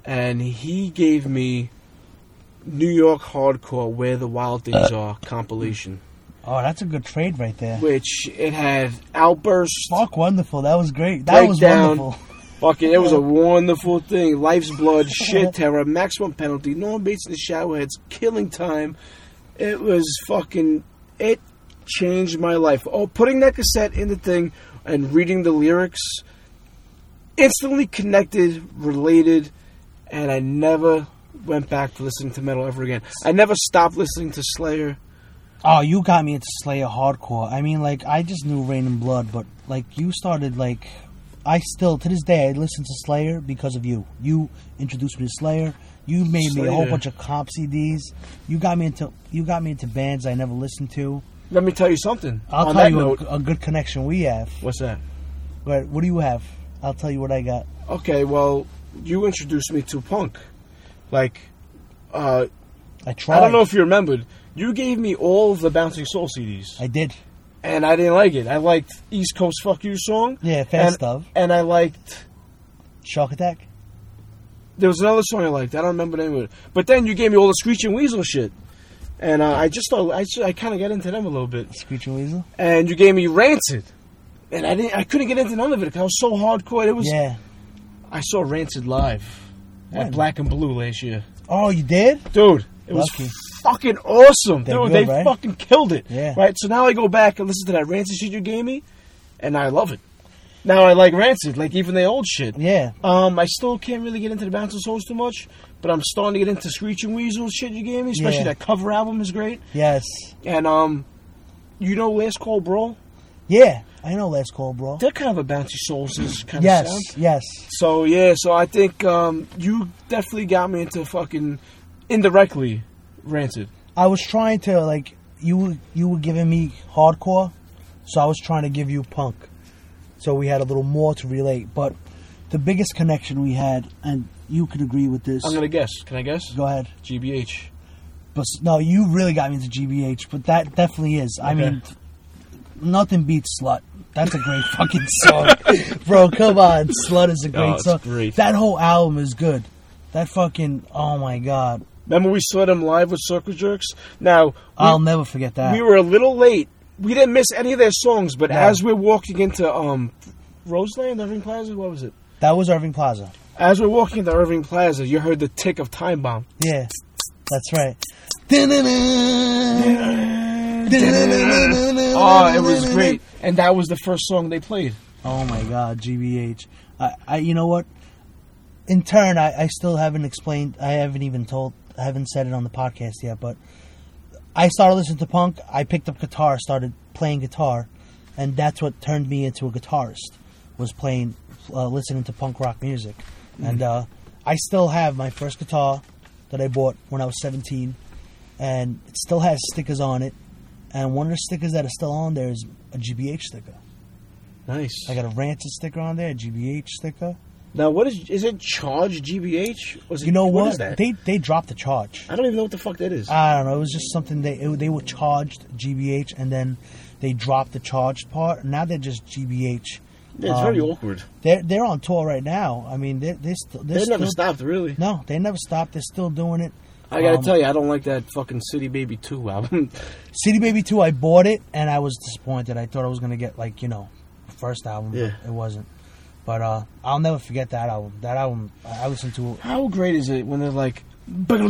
S1: And he gave me New York Hardcore Where the Wild Things Are compilation.
S4: Oh, that's a good trade right there.
S1: Which it had Outburst,
S4: Fuck, wonderful. That was great. That was
S1: Breakdown.
S4: wonderful.
S1: Fucking, it was a wonderful thing. Life's blood, shit terror, maximum penalty, Norm Bates in the showerheads, killing time. It was fucking. It changed my life. Oh, putting that cassette in the thing and reading the lyrics instantly connected, related, and I never went back to listening to metal ever again. I never stopped listening to Slayer.
S4: Oh, you got me into Slayer hardcore. I mean, like I just knew Rain and Blood, but like you started like I still to this day I listen to Slayer because of you. You introduced me to Slayer. You made me a whole
S1: Slayer.
S4: bunch of comp CDs. You got me into you got me into bands I never listened to.
S1: Let me tell you something.
S4: I'll
S1: On
S4: tell
S1: that
S4: you
S1: note,
S4: a, a good connection we have.
S1: what's that?
S4: But what do you have? I'll tell you what I got.
S1: okay, well, you introduced me to punk. Like, uh,
S4: I tried.
S1: I don't know if you remembered, you gave me all of the Bouncing Soul CDs,
S4: I did.
S1: and I didn't like it. I liked East Coast Fuck You song.
S4: Yeah, fast
S1: and,
S4: stuff.
S1: And I liked.
S4: Shark Attack.
S1: There was another song I liked. I don't remember the name of it. But then you gave me all the Screeching Weasel shit. And uh, I just thought I, s- I kind of got into them a little bit.
S4: Screeching Weasel.
S1: And you gave me Rancid, and I didn't. I couldn't get into none of it because I was so hardcore. It was.
S4: Yeah.
S1: I saw Rancid live
S4: When?
S1: at Black and Blue last year.
S4: Oh, you did?
S1: Dude, it
S4: Lucky.
S1: was fucking awesome.
S4: They're
S1: Dude,
S4: good,
S1: they
S4: right?
S1: fucking killed it.
S4: Yeah.
S1: Right? So now I go back and listen to that Rancid shit you gave me, and I love it. Now I like Rancid, like even the old shit.
S4: Yeah.
S1: Um, I still can't really get into the Bouncing Souls too much, but I'm starting to get into Screeching Weasel shit you gave me, especially
S4: Yeah.
S1: that cover album is great.
S4: Yes.
S1: And, um, you know Last Call Brawl?
S4: Yeah. I know Last Call, bro.
S1: They're kind of a Bouncy Souls kind
S4: Yes.
S1: of sound.
S4: Yes.
S1: So yeah, so I think um, you definitely got me into fucking indirectly Rancid.
S4: I was trying to like you were you were giving me hardcore, so I was trying to give you punk. So we had a little more to relate, but the biggest connection we had, and you could agree with this.
S1: I'm gonna guess. Can I guess?
S4: Go ahead.
S1: GBH.
S4: But s- no, you really got me into GBH, but that definitely is. I
S1: Okay.
S4: mean, nothing beats Slut. That's a great fucking song. Bro, come on. Slut is a great
S1: Oh, it's
S4: song.
S1: great.
S4: That whole album is good. That fucking, oh my god.
S1: Remember we saw them live with Circle Jerks? Now, we,
S4: I'll never forget that.
S1: we were a little late. We didn't miss any of their songs, but
S4: No.
S1: as we're walking into um, Roseland, Irving Plaza, what was it?
S4: that was Irving Plaza.
S1: As we're walking into Irving Plaza, you heard the tick of Time Bomb.
S4: Yeah. That's right. Oh,
S1: Oh, Ah, it was great. And that was the first song they played.
S4: Oh my god, GBH. I, I you know what? In turn, I, I still haven't explained. I haven't even told. I haven't said it on the podcast yet. But I started listening to punk. I picked up guitar, started playing guitar, and that's what turned me into a guitarist. Was playing, uh, listening to punk rock music, and uh, I still have my first guitar that I bought when I was 17, and it still has stickers on it. And one of the stickers that is still on there is a GBH sticker.
S1: Nice.
S4: I got a Rancid sticker on there, a GBH sticker.
S1: now, what is is it? Charge GBH? Was it,
S4: You know what?
S1: What Uh, is that?
S4: They they dropped the charge.
S1: I don't even know what the fuck that is.
S4: I don't know. It was just something they it, they were charged GBH, and then they dropped the charged part. Now they're just GBH.
S1: yeah, it's very
S4: um,
S1: awkward.
S4: They're they're on tour right now. I mean, they're they're, still,
S1: They
S4: they're
S1: never
S4: still-
S1: stopped, really.
S4: No, they never stopped. They're still doing it.
S1: I gotta
S4: Um,
S1: tell you, I don't like that fucking City Baby 2 album.
S4: City Baby 2, I bought it and I was disappointed. I thought I was going to get, like, you know, the first album. but
S1: Yeah.
S4: It wasn't. But uh, I'll never forget that album. That album, I I listened to it.
S1: How great is it when they're like, the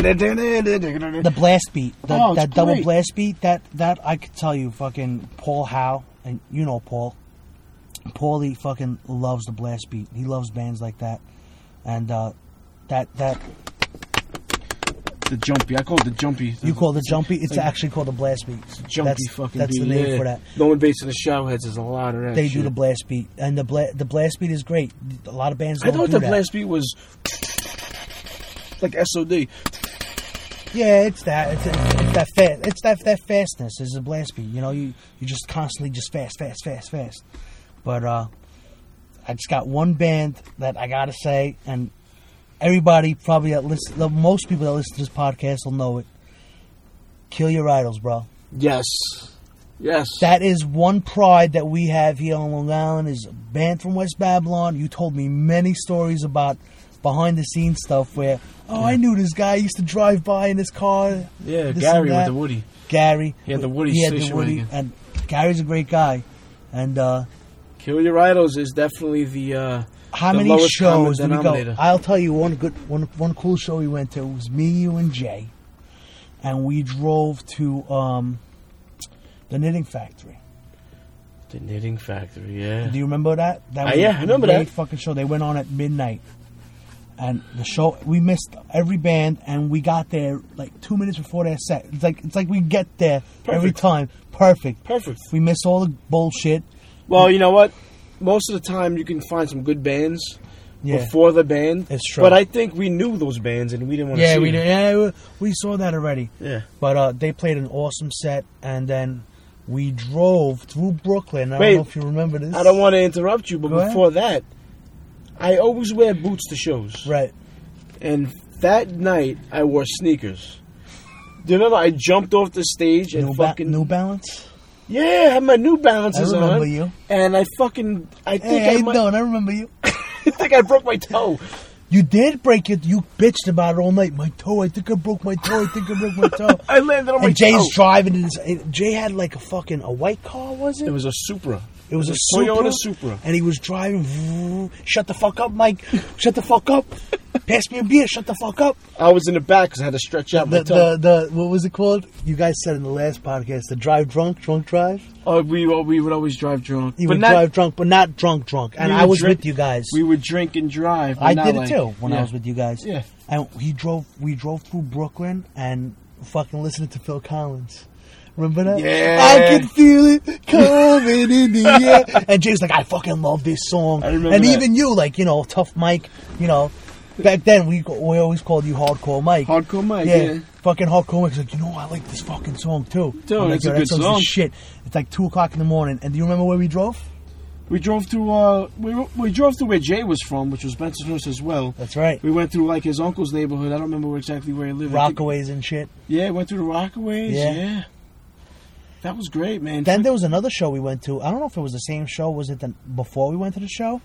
S4: The blast beat, the,
S1: Oh, it's
S4: that double
S1: great.
S4: blast beat, that, that I could tell you, fucking Paul Howe, and you know Paul. Paulie fucking loves the blast beat. He loves bands like that. And uh, that, that
S1: the jumpy. I call it the jumpy.
S4: you call the jumpy, it's
S1: like-
S4: actually called the blast beat.
S1: jumpy
S4: that's,
S1: fucking.
S4: That's the
S1: beat,
S4: name
S1: yeah.
S4: for that.
S1: The one based on the Showheads is a lot of that.
S4: they do
S1: shit.
S4: the blast beat, and the bla- the blast beat is great. A lot of bands
S1: I
S4: don't
S1: thought
S4: do
S1: the
S4: that.
S1: blast beat was like SOD.
S4: yeah, it's that. It's, it's that fast. It's that that fastness is a blast beat. You know, you you just constantly just fast, fast, fast, fast. But uh, I just got one band that I gotta say, and everybody probably that listen, the most people that listen to this podcast will know it. Kill your idols, bro.
S1: Yes, yes.
S4: That is one pride that we have here on Long Island is a band from West Babylon. You told me many stories about behind the scenes stuff where oh I knew this guy he used to drive by in his car.
S1: yeah,
S4: this
S1: Gary
S4: and
S1: with
S4: that.
S1: the Woody.
S4: Gary.
S1: He had the Woody
S4: He had the
S1: station
S4: Woody
S1: wagon.
S4: and Gary's a great guy. And uh
S1: Kill Your Idols is definitely the. uh
S4: how
S1: The
S4: many
S1: lowest
S4: shows did
S1: common
S4: we go?
S1: denominator.
S4: I'll tell you one good one one cool show we went to was me, you and Jay. And we drove to um the knitting factory.
S1: The Knitting Factory. Yeah.
S4: Do you remember that? That
S1: Uh, yeah, I
S4: a
S1: remember
S4: great
S1: that.
S4: fucking show. They went on at midnight, and the show we missed every band, and we got there like two minutes before their set. It's like it's like we get there every
S1: Perfect.
S4: time, perfect.
S1: Perfect.
S4: We miss all the bullshit.
S1: Well, you know what? Most of the time, you can find some good bands
S4: Yeah,
S1: before the band.
S4: It's true.
S1: But I think we knew those bands and we didn't want to
S4: yeah,
S1: see
S4: we
S1: them.
S4: did- yeah we- we saw that already.
S1: Yeah.
S4: But uh, they played an awesome set, and then we drove through Brooklyn. I
S1: Wait.
S4: don't know if you remember this.
S1: I don't want to interrupt you, but
S4: Go ahead.
S1: before that, I always wear boots to shows.
S4: Right.
S1: And that night, I wore sneakers. Do you remember I jumped off the stage and
S4: New, Ba-
S1: fucking
S4: New Balance.
S1: yeah, I had my New Balances
S4: I remember
S1: on,
S4: you.
S1: and I fucking I think
S4: Hey, how
S1: I,
S4: you
S1: might-
S4: doing? I remember you.
S1: I think I broke my toe.
S4: You did break it. You bitched about it all night. My toe. I think I broke my toe. I think I broke my toe.
S1: I landed on my
S4: and Jay's
S1: toe.
S4: driving. In his, and Jay had like a fucking a white car, was it?
S1: it was a Supra.
S4: It was a
S1: a
S4: Supra.
S1: Toyota Supra.
S4: And he was driving. vroom. Shut the fuck up, Mike. Shut the fuck up. Pass me a beer. Shut the fuck up.
S1: I was in the back because I had to stretch out my
S4: The,
S1: toe.
S4: the the what was it called? You guys said in the last podcast the drive drunk, drunk drive.
S1: oh, we we would always drive drunk.
S4: You
S1: But
S4: would
S1: not-
S4: drive drunk, but not drunk drunk. And
S1: we
S4: I
S1: would
S4: was
S1: drink-
S4: with you guys.
S1: We would drink and drive. but
S4: I
S1: not
S4: did
S1: like-
S4: it too when I
S1: Yeah.
S4: was with you guys.
S1: Yeah.
S4: And he drove. We drove through Brooklyn and fucking listened to Phil Collins. Remember that?
S1: Yeah.
S4: I can feel it coming in the air. And Jay's like, I fucking love this song.
S1: I remember
S4: and
S1: that.
S4: even you, like, you know, tough Mike. You know, back then we we always called you Hardcore Mike.
S1: Hardcore Mike, yeah.
S4: Fucking Hardcore Mike's like, you know, I like this fucking song too.
S1: Dude,
S4: I'm like,
S1: it's
S4: "Yo,
S1: a
S4: that
S1: good
S4: song's the
S1: song."
S4: Shit. It's like two o'clock in the morning. And do you remember where we drove?
S1: We drove through. Uh, we we drove through where Jay was from, which was Bensonhurst as well.
S4: That's right.
S1: We went through like his uncle's neighborhood. I don't remember where exactly where he lived. I think-
S4: Rockaways and shit.
S1: yeah, went through the Rockaways.
S4: Yeah.
S1: Yeah. That was great, man.
S4: Then there was another show we went to. I don't know if it was the same show. Was it the, before we went to the show?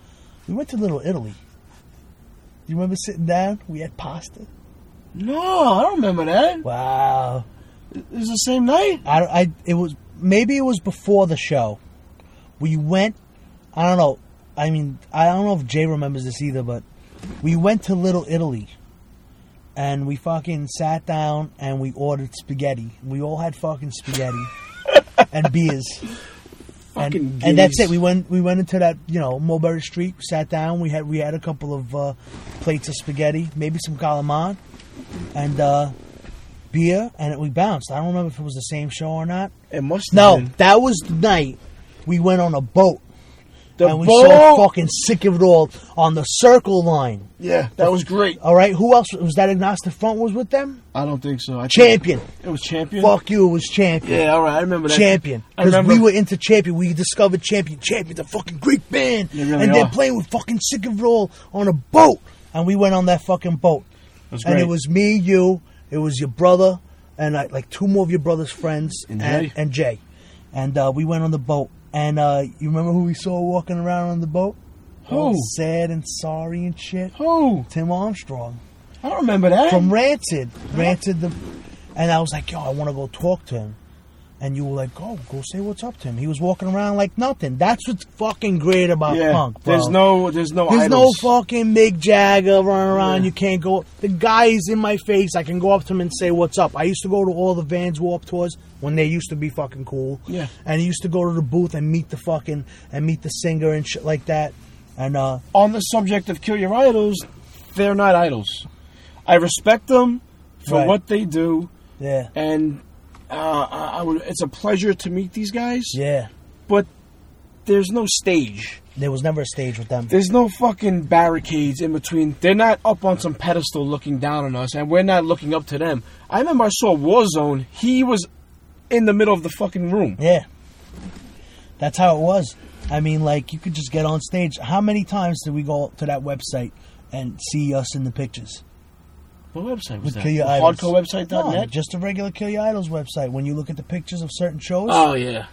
S4: We went to Little Italy. You remember sitting down? We had pasta.
S1: no, I don't remember that.
S4: Wow.
S1: It was the same night.
S4: I, I it was maybe it was before the show. We went. I don't know. I mean, I don't know if Jay remembers this either, but we went to Little Italy, and we fucking sat down and we ordered spaghetti. We all had fucking spaghetti and beers. and,
S1: Fucking
S4: and that's it.
S1: gays.
S4: We went we went into that you know Mulberry Street, sat down. We had we had a couple of uh, plates of spaghetti, maybe some calamari, and uh, beer, and we bounced. I don't remember if it was the same show or not.
S1: It must.
S4: No,
S1: have been.
S4: that was the night we went on a boat
S1: The
S4: and we
S1: ball-
S4: so fucking sick of it all on the circle line.
S1: Yeah, that was great.
S4: All right, who else was that? Agnostic Front was with them.
S1: I don't think so. I think
S4: Champion.
S1: it was champion.
S4: Fuck you, it was champion.
S1: Yeah, all right. I remember that.
S4: Champion,
S1: I
S4: because
S1: remember.
S4: we were into Champion. We discovered Champion. Champion's a fucking great band,
S1: They really
S4: and they're
S1: are.
S4: playing with fucking Sick of It All on a boat. And we went on that fucking boat,
S1: It was
S4: and
S1: great.
S4: it was me, you, it was your brother, and like, like two more of your brother's friends,
S1: And Jay.
S4: and Jay. And, uh, we went on the boat. And uh, you remember who we saw walking around on the boat? All
S1: who?
S4: sad and sorry and shit.
S1: Who?
S4: Tim Armstrong
S1: I don't remember that.
S4: from Rancid. Rancid the and I was like, yo, I wanna go talk to him. And you were like, go, go say what's up to him. He was walking around like nothing. That's what's fucking great about
S1: yeah.
S4: punk, bro.
S1: There's no. There's no.
S4: There's no
S1: idols.
S4: fucking Mick Jagger running around. You can't go. The guy is in my face. I can go up to him and say, "What's up?" I used to go to all the Vans Warp tours when they used to be fucking cool.
S1: Yeah.
S4: And I used to go to the booth and meet the fucking and meet the singer and shit like that. And uh,
S1: on the subject of kill your idols, they're not idols. I respect them for
S4: Right.
S1: what they do,
S4: yeah,
S1: and uh, I I would, it's a pleasure to meet these guys.
S4: yeah.
S1: But there's no stage.
S4: There was never a stage with them.
S1: There's no fucking barricades in between. They're not up on some pedestal looking down on us, and we're not looking up to them. I remember I saw Warzone. He was in the middle of the fucking room.
S4: Yeah. That's how it was. I mean, like, you could just get on stage. How many times did we go to that website and see us in the pictures?
S1: What website was that?
S4: Kill Your Idols. No,
S1: Hardcorewebsite.net.
S4: just a regular Kill Your Idols website. When you look at the pictures of certain shows,
S1: Oh yeah,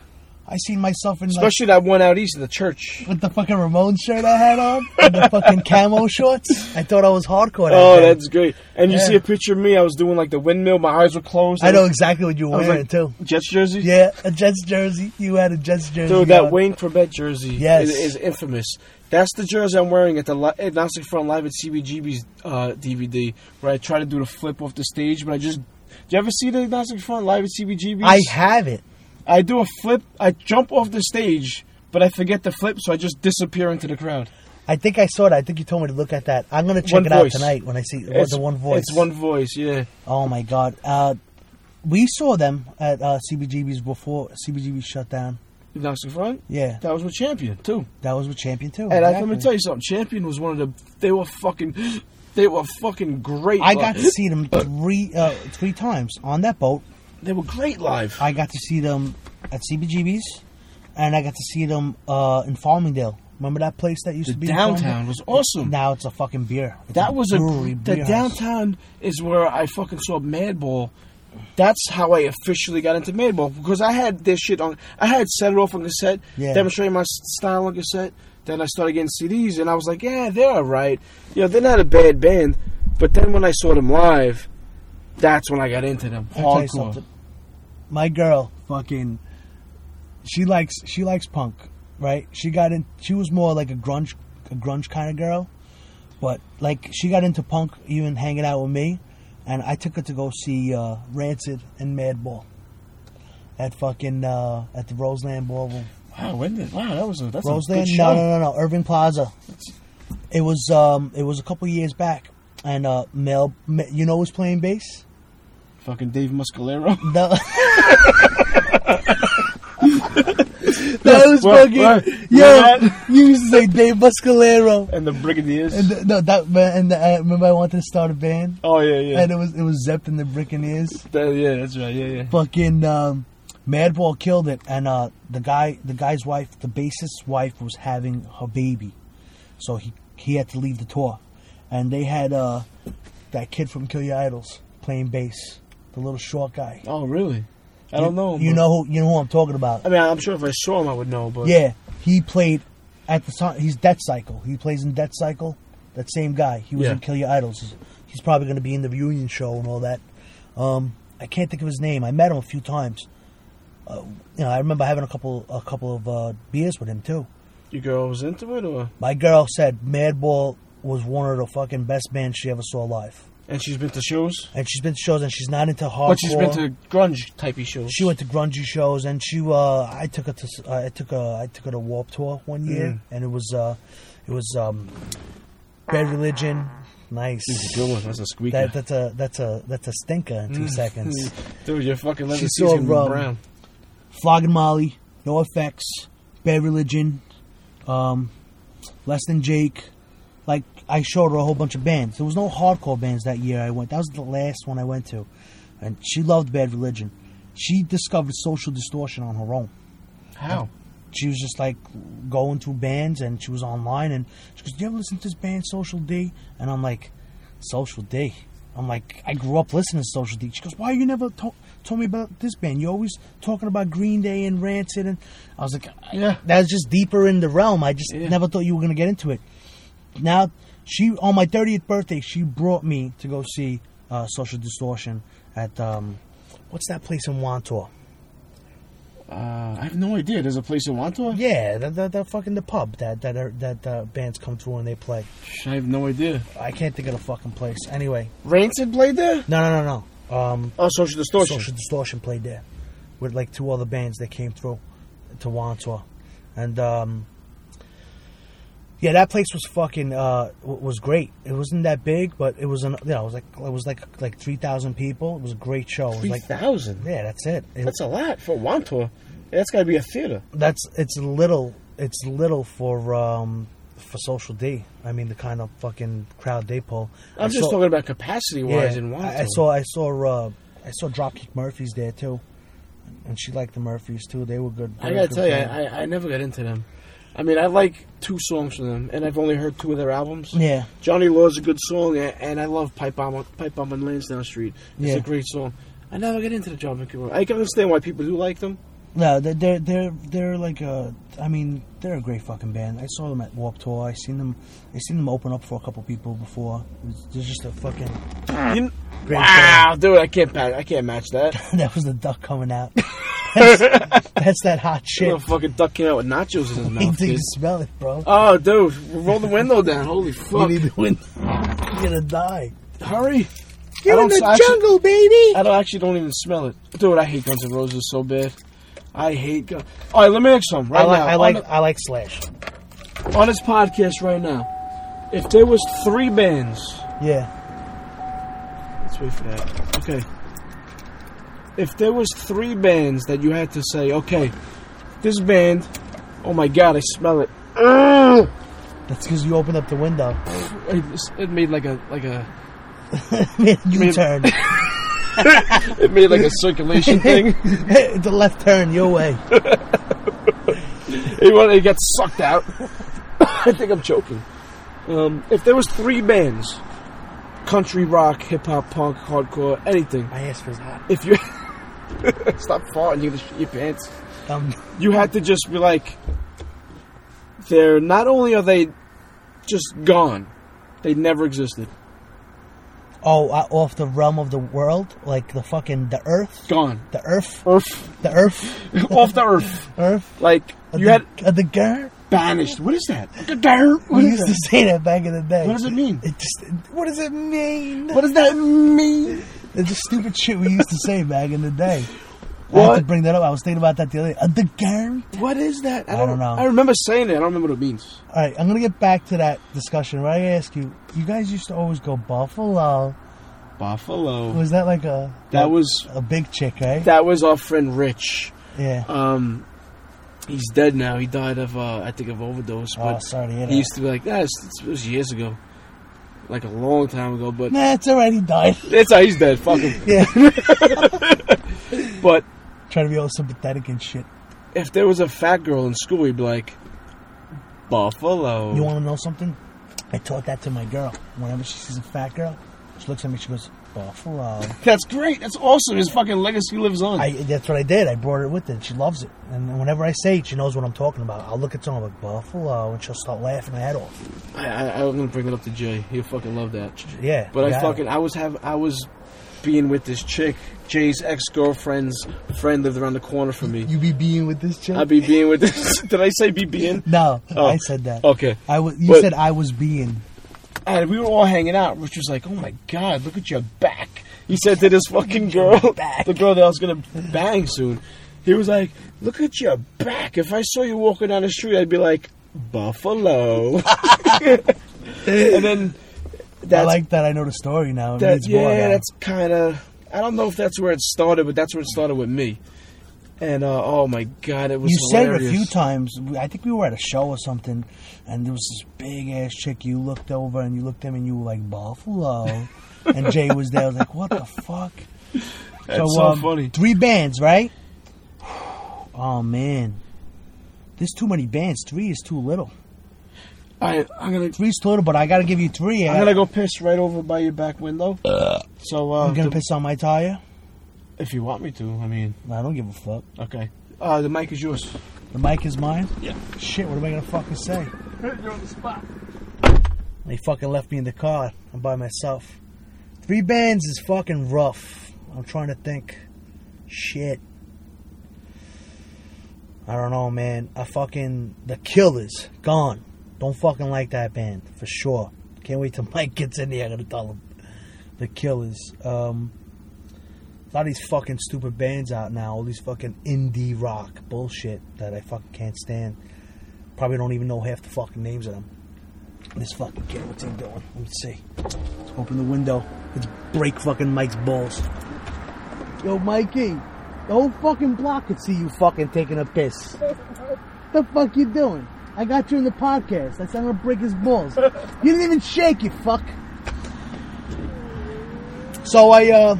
S4: I seen myself in, like,
S1: especially that one out east of the church.
S4: with the fucking Ramon shirt I had on and the fucking camo shorts. I thought I was hardcore. that
S1: Oh,
S4: day.
S1: that's great. And you
S4: Yeah.
S1: see a picture of me. I was doing like the windmill. My eyes were closed.
S4: I know exactly what you
S1: I
S4: were
S1: was
S4: wearing,
S1: like-
S4: too.
S1: Jets jersey.
S4: Yeah, a Jets jersey. You had a Jets jersey.
S1: Dude, that
S4: on.
S1: Wayne Corbett jersey
S4: Yes.
S1: is, is infamous. That's the jersey I'm wearing at the li- Agnostic Front Live at CBGB's uh, DVD, where I try to do the flip off the stage, but I just. Do you ever see the Agnostic Front Live at CBGB's?
S4: I have it.
S1: I do a flip, I jump off the stage, but I forget the flip, so I just disappear into the crowd.
S4: I think I saw it. I think you told me to look at that. I'm gonna check
S1: One
S4: it out
S1: voice.
S4: tonight when I see the one voice.
S1: It's one voice, yeah.
S4: Oh my god. Uh, we saw them at uh, CBGB's before CBGB shut down.
S1: Agnostic Front?
S4: Yeah,
S1: That was with Champion, too.
S4: that was with Champion too.
S1: And I,
S4: exactly.
S1: let me tell you something. Champion was one of the. They were fucking. They were fucking great.
S4: I
S1: li-
S4: got to see them three uh, three times on that boat.
S1: They were great live.
S4: I got to see them at CBGB's, and I got to see them uh, in Farmingdale. Remember that place that used
S1: The
S4: to be
S1: downtown
S4: In Farmingdale?
S1: was awesome.
S4: Now it's a fucking beer. It's
S1: That was a
S4: brewery
S1: the
S4: beer house.
S1: downtown is where I fucking saw Madball. That's how I officially got into Madball because I had this shit on. I had set it off on cassette,
S4: Yeah.
S1: demonstrating my s- style on cassette. Then I started getting CDs, and I was like, "Yeah, they're all right. You know, they're not a bad band." But then when I saw them live, that's when I got into them
S4: Let me tell you
S1: hardcore.
S4: something. My girl, fucking, she likes she likes punk, right? She got in. She was more like a grunge a grunge kind of girl, but like she got into punk even hanging out with me, and I took her to go see uh, Rancid and Madball at fucking uh, at the Roseland Ballroom.
S1: Wow, when did wow that was a that's
S4: Roseland? No, no, no, no. Irving Plaza. It was um it was a couple years back, and uh, Mel, Ma- you know, who's playing bass.
S1: Fucking Dave Muscalero.
S4: No. that was
S1: What?
S4: fucking.
S1: What?
S4: Yeah,
S1: What?
S4: you used to say Dave Muscalero.
S1: and the Brigadiers.
S4: And th- no, that man, and I remember I wanted to start a band,
S1: oh yeah, yeah,
S4: and it was it was Zepp and the Brickaneers.
S1: That- yeah. That's right. Yeah, yeah.
S4: Fucking um, Madball killed it, and uh, the guy, the guy's wife, the bassist's wife was having her baby, so he he had to leave the tour, and they had uh, that kid from Kill Your Idols playing bass, the little short guy.
S1: Oh really? I don't know.
S4: You
S1: but-
S4: know who you know who I'm talking about.
S1: Oh, I mean, I'm sure if I saw him, I would know. But
S4: Yeah, he played at the time. He's Death Cycle. He plays in Death Cycle. That same guy. He was
S1: Yeah.
S4: in Kill Your Idols. He's- He's probably going to be in the reunion show and all that. Um, I can't think of his name. I met him a few times. Uh, you know, I remember having a couple a couple of uh, beers with him too.
S1: your girl was into it, or
S4: My girl said Madball was one of the fucking best bands she ever saw live,
S1: and she's been to shows,
S4: and she's been to shows and she's not into hardcore.
S1: but she's been to grunge typey shows.
S4: She went to grungy shows, and she uh, I took her to s- uh, I took her I took her to Warp Tour one year,
S1: Mm.
S4: and it was uh, it was um, Bad Religion, nice.
S1: That's a good one. Mm. That's a squeaker.
S4: That, that's a that's a that's a stinker in two seconds.
S1: Dude, your fucking leather
S4: She's
S1: seat's
S4: so
S1: gonna be
S4: rum.
S1: brown.
S4: Flogging Molly, No Effects, Bad Religion, um, Less Than Jake. Like I showed her a whole bunch of bands. There was no hardcore bands that year. I went. That was the last one I went to, and she loved Bad Religion. She discovered Social Distortion on her own
S1: How?
S4: she was just like going to bands and she was online and she goes, Do you ever listen to this band Social D? And I'm like, Social D. I'm like, I grew up listening to Social D. She goes, Why you never to- told me about this band? You're always talking about Green Day and Rancid and I was like, I-
S1: Yeah.
S4: That was just deeper in the realm. I just
S1: Yeah.
S4: never thought you were gonna get into it. Now she on my thirtieth birthday, she brought me to go see uh, Social Distortion at um, what's that place in Wantor?
S1: Uh, I have no idea. There's a place in Wantua?
S4: Yeah, that, that, that fucking the pub that that are, that uh, bands come through and they play.
S1: Sh- I have no idea.
S4: I can't think of the fucking place. Anyway,
S1: Rancid played there?
S4: no, no, no, no. Um,
S1: Oh, Social Distortion.
S4: Social Distortion played there with like two other bands that came through to Wantua, and um, yeah, that place was fucking uh, w- was great. It wasn't that big, but it was an you know, it was like it was like like three thousand people. It was a great show. It was like
S1: 3,000?
S4: yeah, that's it. It-
S1: That's a lot for Wantua. That's got to be a theater.
S4: that's it's little it's little for um for social D. I mean the kind of fucking crowd they pull.
S1: I'm
S4: I
S1: just
S4: saw-
S1: talking about capacity wise in
S4: I,
S1: Wantua.
S4: I saw I saw uh, I saw Dropkick Murphys there too, and she liked the Murphys too. They were good.
S1: I
S4: they were
S1: gotta
S4: good
S1: tell you,
S4: band.
S1: I, I, I never got into them. I mean, I like two songs from them, and I've only heard two of their albums.
S4: yeah,
S1: Johnny Law's a good song, a- and I love Pipe Bomb, on- Pipe Bomb on Lansdowne Street. It's
S4: Yeah.
S1: a great song. I never get into the John McEnroe. I can understand why people do like them.
S4: no, they're they're they're, they're like uh, I mean they're a great fucking band. I saw them at Warped Tour. I seen them I seen them open up for a couple people before. It was, they're just a fucking Mm.
S1: You kn-
S4: great band.
S1: wow, dude, I can't pa- I can't match that.
S4: That was the duck coming out. That's, that's that hot shit.
S1: Little fucking duck came out with nachos in his
S4: You
S1: mouth.
S4: need
S1: dude.
S4: to smell it, bro.
S1: Oh, dude, roll the window down. Holy fuck!
S4: need You're gonna die.
S1: Hurry!
S4: You're
S1: don't- I actually-
S4: baby.
S1: I don't actually don't even smell it, dude. I hate Guns N' Roses so bad. I hate Guns. All right, let me ask you something. Right
S4: I like,
S1: now,
S4: I
S1: on
S4: like,
S1: the-
S4: I like Slash.
S1: on this podcast right now, if there was three bands,
S4: Yeah,
S1: let's wait for that. Okay. If there was three bands that you had to say, okay, this band, oh my god, I smell it. Ugh!
S4: that's because you opened up the window.
S1: It, it made like a like a
S4: you
S1: mean-
S4: turn
S1: it made like a circulation thing.
S4: the left turn your way.
S1: It, wa- it gets sucked out. I think I'm choking. Um, if there was three bands, country rock, hip hop, punk, hardcore, anything.
S4: My ass was hot.
S1: If you stop farting, you just shit your pants.
S4: Um,
S1: you had to just be like they're not only are they just gone they never existed
S4: oh, uh, off the realm of the world, like the fucking the earth,
S1: gone
S4: the earth,
S1: earth
S4: the earth,
S1: off the earth
S4: earth.
S1: like
S4: of
S1: you
S4: the,
S1: had
S4: of the girl.
S1: banished what is that what
S4: We
S1: is
S4: used to
S1: that
S4: say that back in the day.
S1: what does it mean
S4: It just, what does it mean?
S1: what does that mean
S4: It's the stupid shit we used to say back in the day. I had to
S1: what
S4: bring that up. I was thinking about that the other day. Uh, the girl.
S1: what is that
S4: I don't know.
S1: i remember saying it i don't remember what it means
S4: All right, I'm gonna get back to that discussion. Right, I ask you, you guys used to always go Buffalo.
S1: buffalo
S4: Was that like a
S1: that was
S4: a big chick, right?
S1: that was our friend rich
S4: yeah.
S1: um he's dead now he died of uh i think of overdose
S4: oh,
S1: but
S4: sorry to hear
S1: He
S4: that.
S1: used to be like, nah, it's, it's- it was years ago. Like a long time ago, but
S4: Nah, it's alright. He died.
S1: that's how he's dead. Fuck him.
S4: Yeah,
S1: But
S4: trying to be all sympathetic and shit.
S1: if there was a fat girl in school, he'd be like, Buffalo.
S4: You want to know something? I taught that to my girl. Whenever she sees a fat girl, she looks at me. She goes, "Buffalo."
S1: that's great. That's awesome. His fucking legacy lives on.
S4: I, that's what I did. I brought it with it. She loves it. And whenever I say it, she knows what I'm talking about. I'll look at someone like Buffalo, and she'll start laughing her head off.
S1: I, I, I was gonna bring it up to Jay. He'll fucking love that.
S4: Yeah,
S1: But
S4: yeah.
S1: I fucking I was have I was being with this chick. Jay's ex girlfriend's friend lived around the corner from me.
S4: You be being with this chick?
S1: I'd be being with this. Did I say be being?
S4: no,
S1: Oh,
S4: I said that.
S1: Okay.
S4: I was. You
S1: But-
S4: said I was being.
S1: and we were all hanging out. Rich was like, "Oh my god, look at your back!" He said to this fucking girl,
S4: back.
S1: the girl that I was gonna bang soon. He was like, "Look at your back." If I saw you walking down the street, I'd be like, "Buffalo." and then
S4: I
S1: that's
S4: like that. I know the story now. It
S1: that,
S4: means more
S1: yeah,
S4: now.
S1: that's kind of. I don't know if that's where it started, but that's where it started with me. And uh, oh my god, it was
S4: You said it a
S1: hilarious.
S4: few times. We- I think we were at a show or something, and there was this big ass chick. You looked over and you looked at him, and you were like Buffalo, and Jay was there. I was like, what the fuck?
S1: That's so
S4: um,
S1: funny.
S4: Three bands, right? Oh man, there's too many bands. Three is too little.
S1: All right, I'm gonna
S4: Three is too little, but I gotta give you three. eh?
S1: I'm gonna go piss right over by your back window. so uh,
S4: I'm gonna
S1: the-
S4: piss on my tire.
S1: if you want me to, I mean,
S4: I don't give a fuck.
S1: okay. Uh, the mic is yours.
S4: The mic is mine.
S1: Yeah.
S4: Shit, what am I gonna fucking say?
S1: You're on the spot.
S4: They fucking left me in the car. I'm by myself. Three bands is fucking rough. I'm trying to think. Shit. I don't know, man. I fucking the Killers gone. Don't fucking like that band for sure. Can't wait till Mike gets in here. I gotta tell him the Killers. Um, a lot of these fucking stupid bands out now. All these fucking indie rock bullshit that I fucking can't stand. Probably don't even know half the fucking names of them. This fucking kid, what's he doing? Let me see. Open the window. Let's break fucking Mike's balls. Yo, Mikey, the whole fucking block could see you fucking taking a piss. the fuck you doing? I got you in the podcast. I said I'm gonna break his balls. You didn't even shake, you fuck. So I, uh,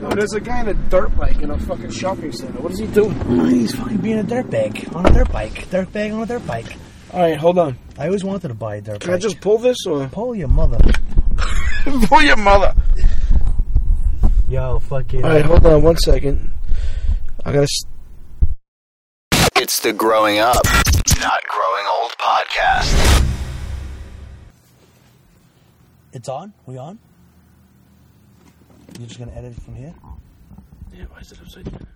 S1: No, there's a guy in a dirt bike in a fucking shopping center. What is he doing?
S4: Ah, he's fucking being a dirtbag on a dirt bike. Dirtbag on a dirt bike.
S1: All right, hold on.
S4: I always wanted to buy a dirt
S1: Can I
S4: bike.
S1: just pull this or
S4: Pull your mother.
S1: pull your mother?
S4: Yo, fucking.
S1: All right, hold on one second. I gotta. s
S2: It's the Growing Up, Not Growing Old podcast.
S4: It's on? We on? You're just gonna edit it from here?
S1: yeah, why is it upside down?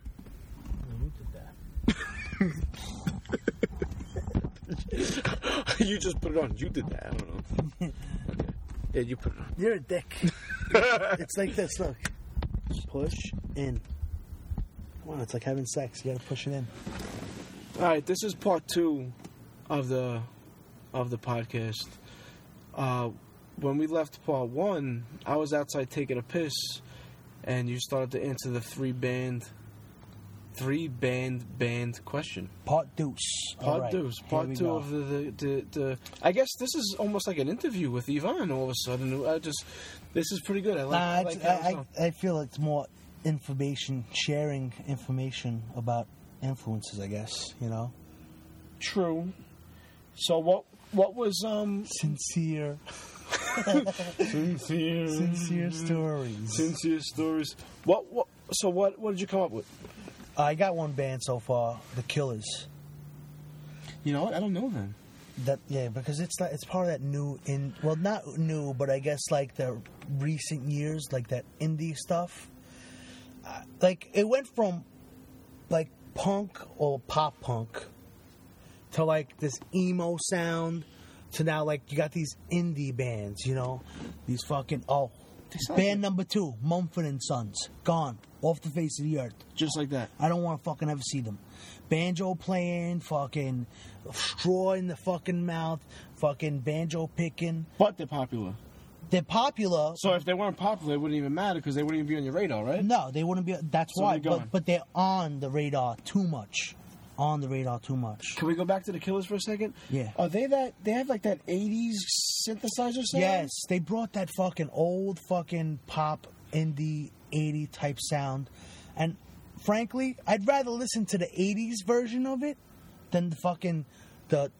S4: You did that.
S1: you just put it on. You did that. I don't know. Okay. Yeah, you put it on.
S4: You're a dick. it's like this, look. Push in. Come on, it's like having sex. You gotta push it in.
S1: All right, this is part two of the of the podcast. Uh, when we left part one, I was outside taking a piss, and you started to answer the three band, three band band question.
S4: Part deuce.
S1: Part
S4: Alright,
S1: two,
S4: here
S1: part
S4: we
S1: two
S4: go.
S1: of the, the, the, the. I guess this is almost like an interview with Yvonne. All of a sudden, I just this is pretty good. I like.
S4: Nah,
S1: I
S4: it's-
S1: like how it's
S4: I,
S1: done.
S4: I, I feel it's more information, sharing information about influences, I guess, you know?
S1: True. So what? What was um?
S4: Sincere,
S1: Sincere.
S4: sincere
S1: Mm-hmm.
S4: stories.
S1: Sincere stories. What? What? So what? What did you come up with?
S4: I got one band so far, The Killers.
S1: You know what? I don't know them.
S4: That yeah, because it's not, it's part of that new in well not new, but I guess like the recent years, like that indie stuff. Uh, like it went from like punk or pop punk to like this emo sound to now like you got these indie bands, you know, these fucking oh.
S1: sound
S4: Band number two, Mumford and Sons, gone off the face of the earth.
S1: Just like that.
S4: I don't want to fucking ever see them. Banjo playing, fucking straw in the fucking mouth, fucking banjo picking.
S1: But they're popular.
S4: They're popular.
S1: So if they weren't popular, it wouldn't even matter because they wouldn't even be on your radar, right?
S4: No, they wouldn't be. That's
S1: So
S4: why.
S1: they're gone.
S4: But, but they're on the radar too much. On the radar too much.
S1: Can we go back to the Killers for a second?
S4: Yeah.
S1: Are they that? They have like that '80s synthesizer sound.
S4: Yes, they brought that fucking old fucking pop indie 80 type sound. And frankly, I'd rather listen to the 80s version of it than the fucking the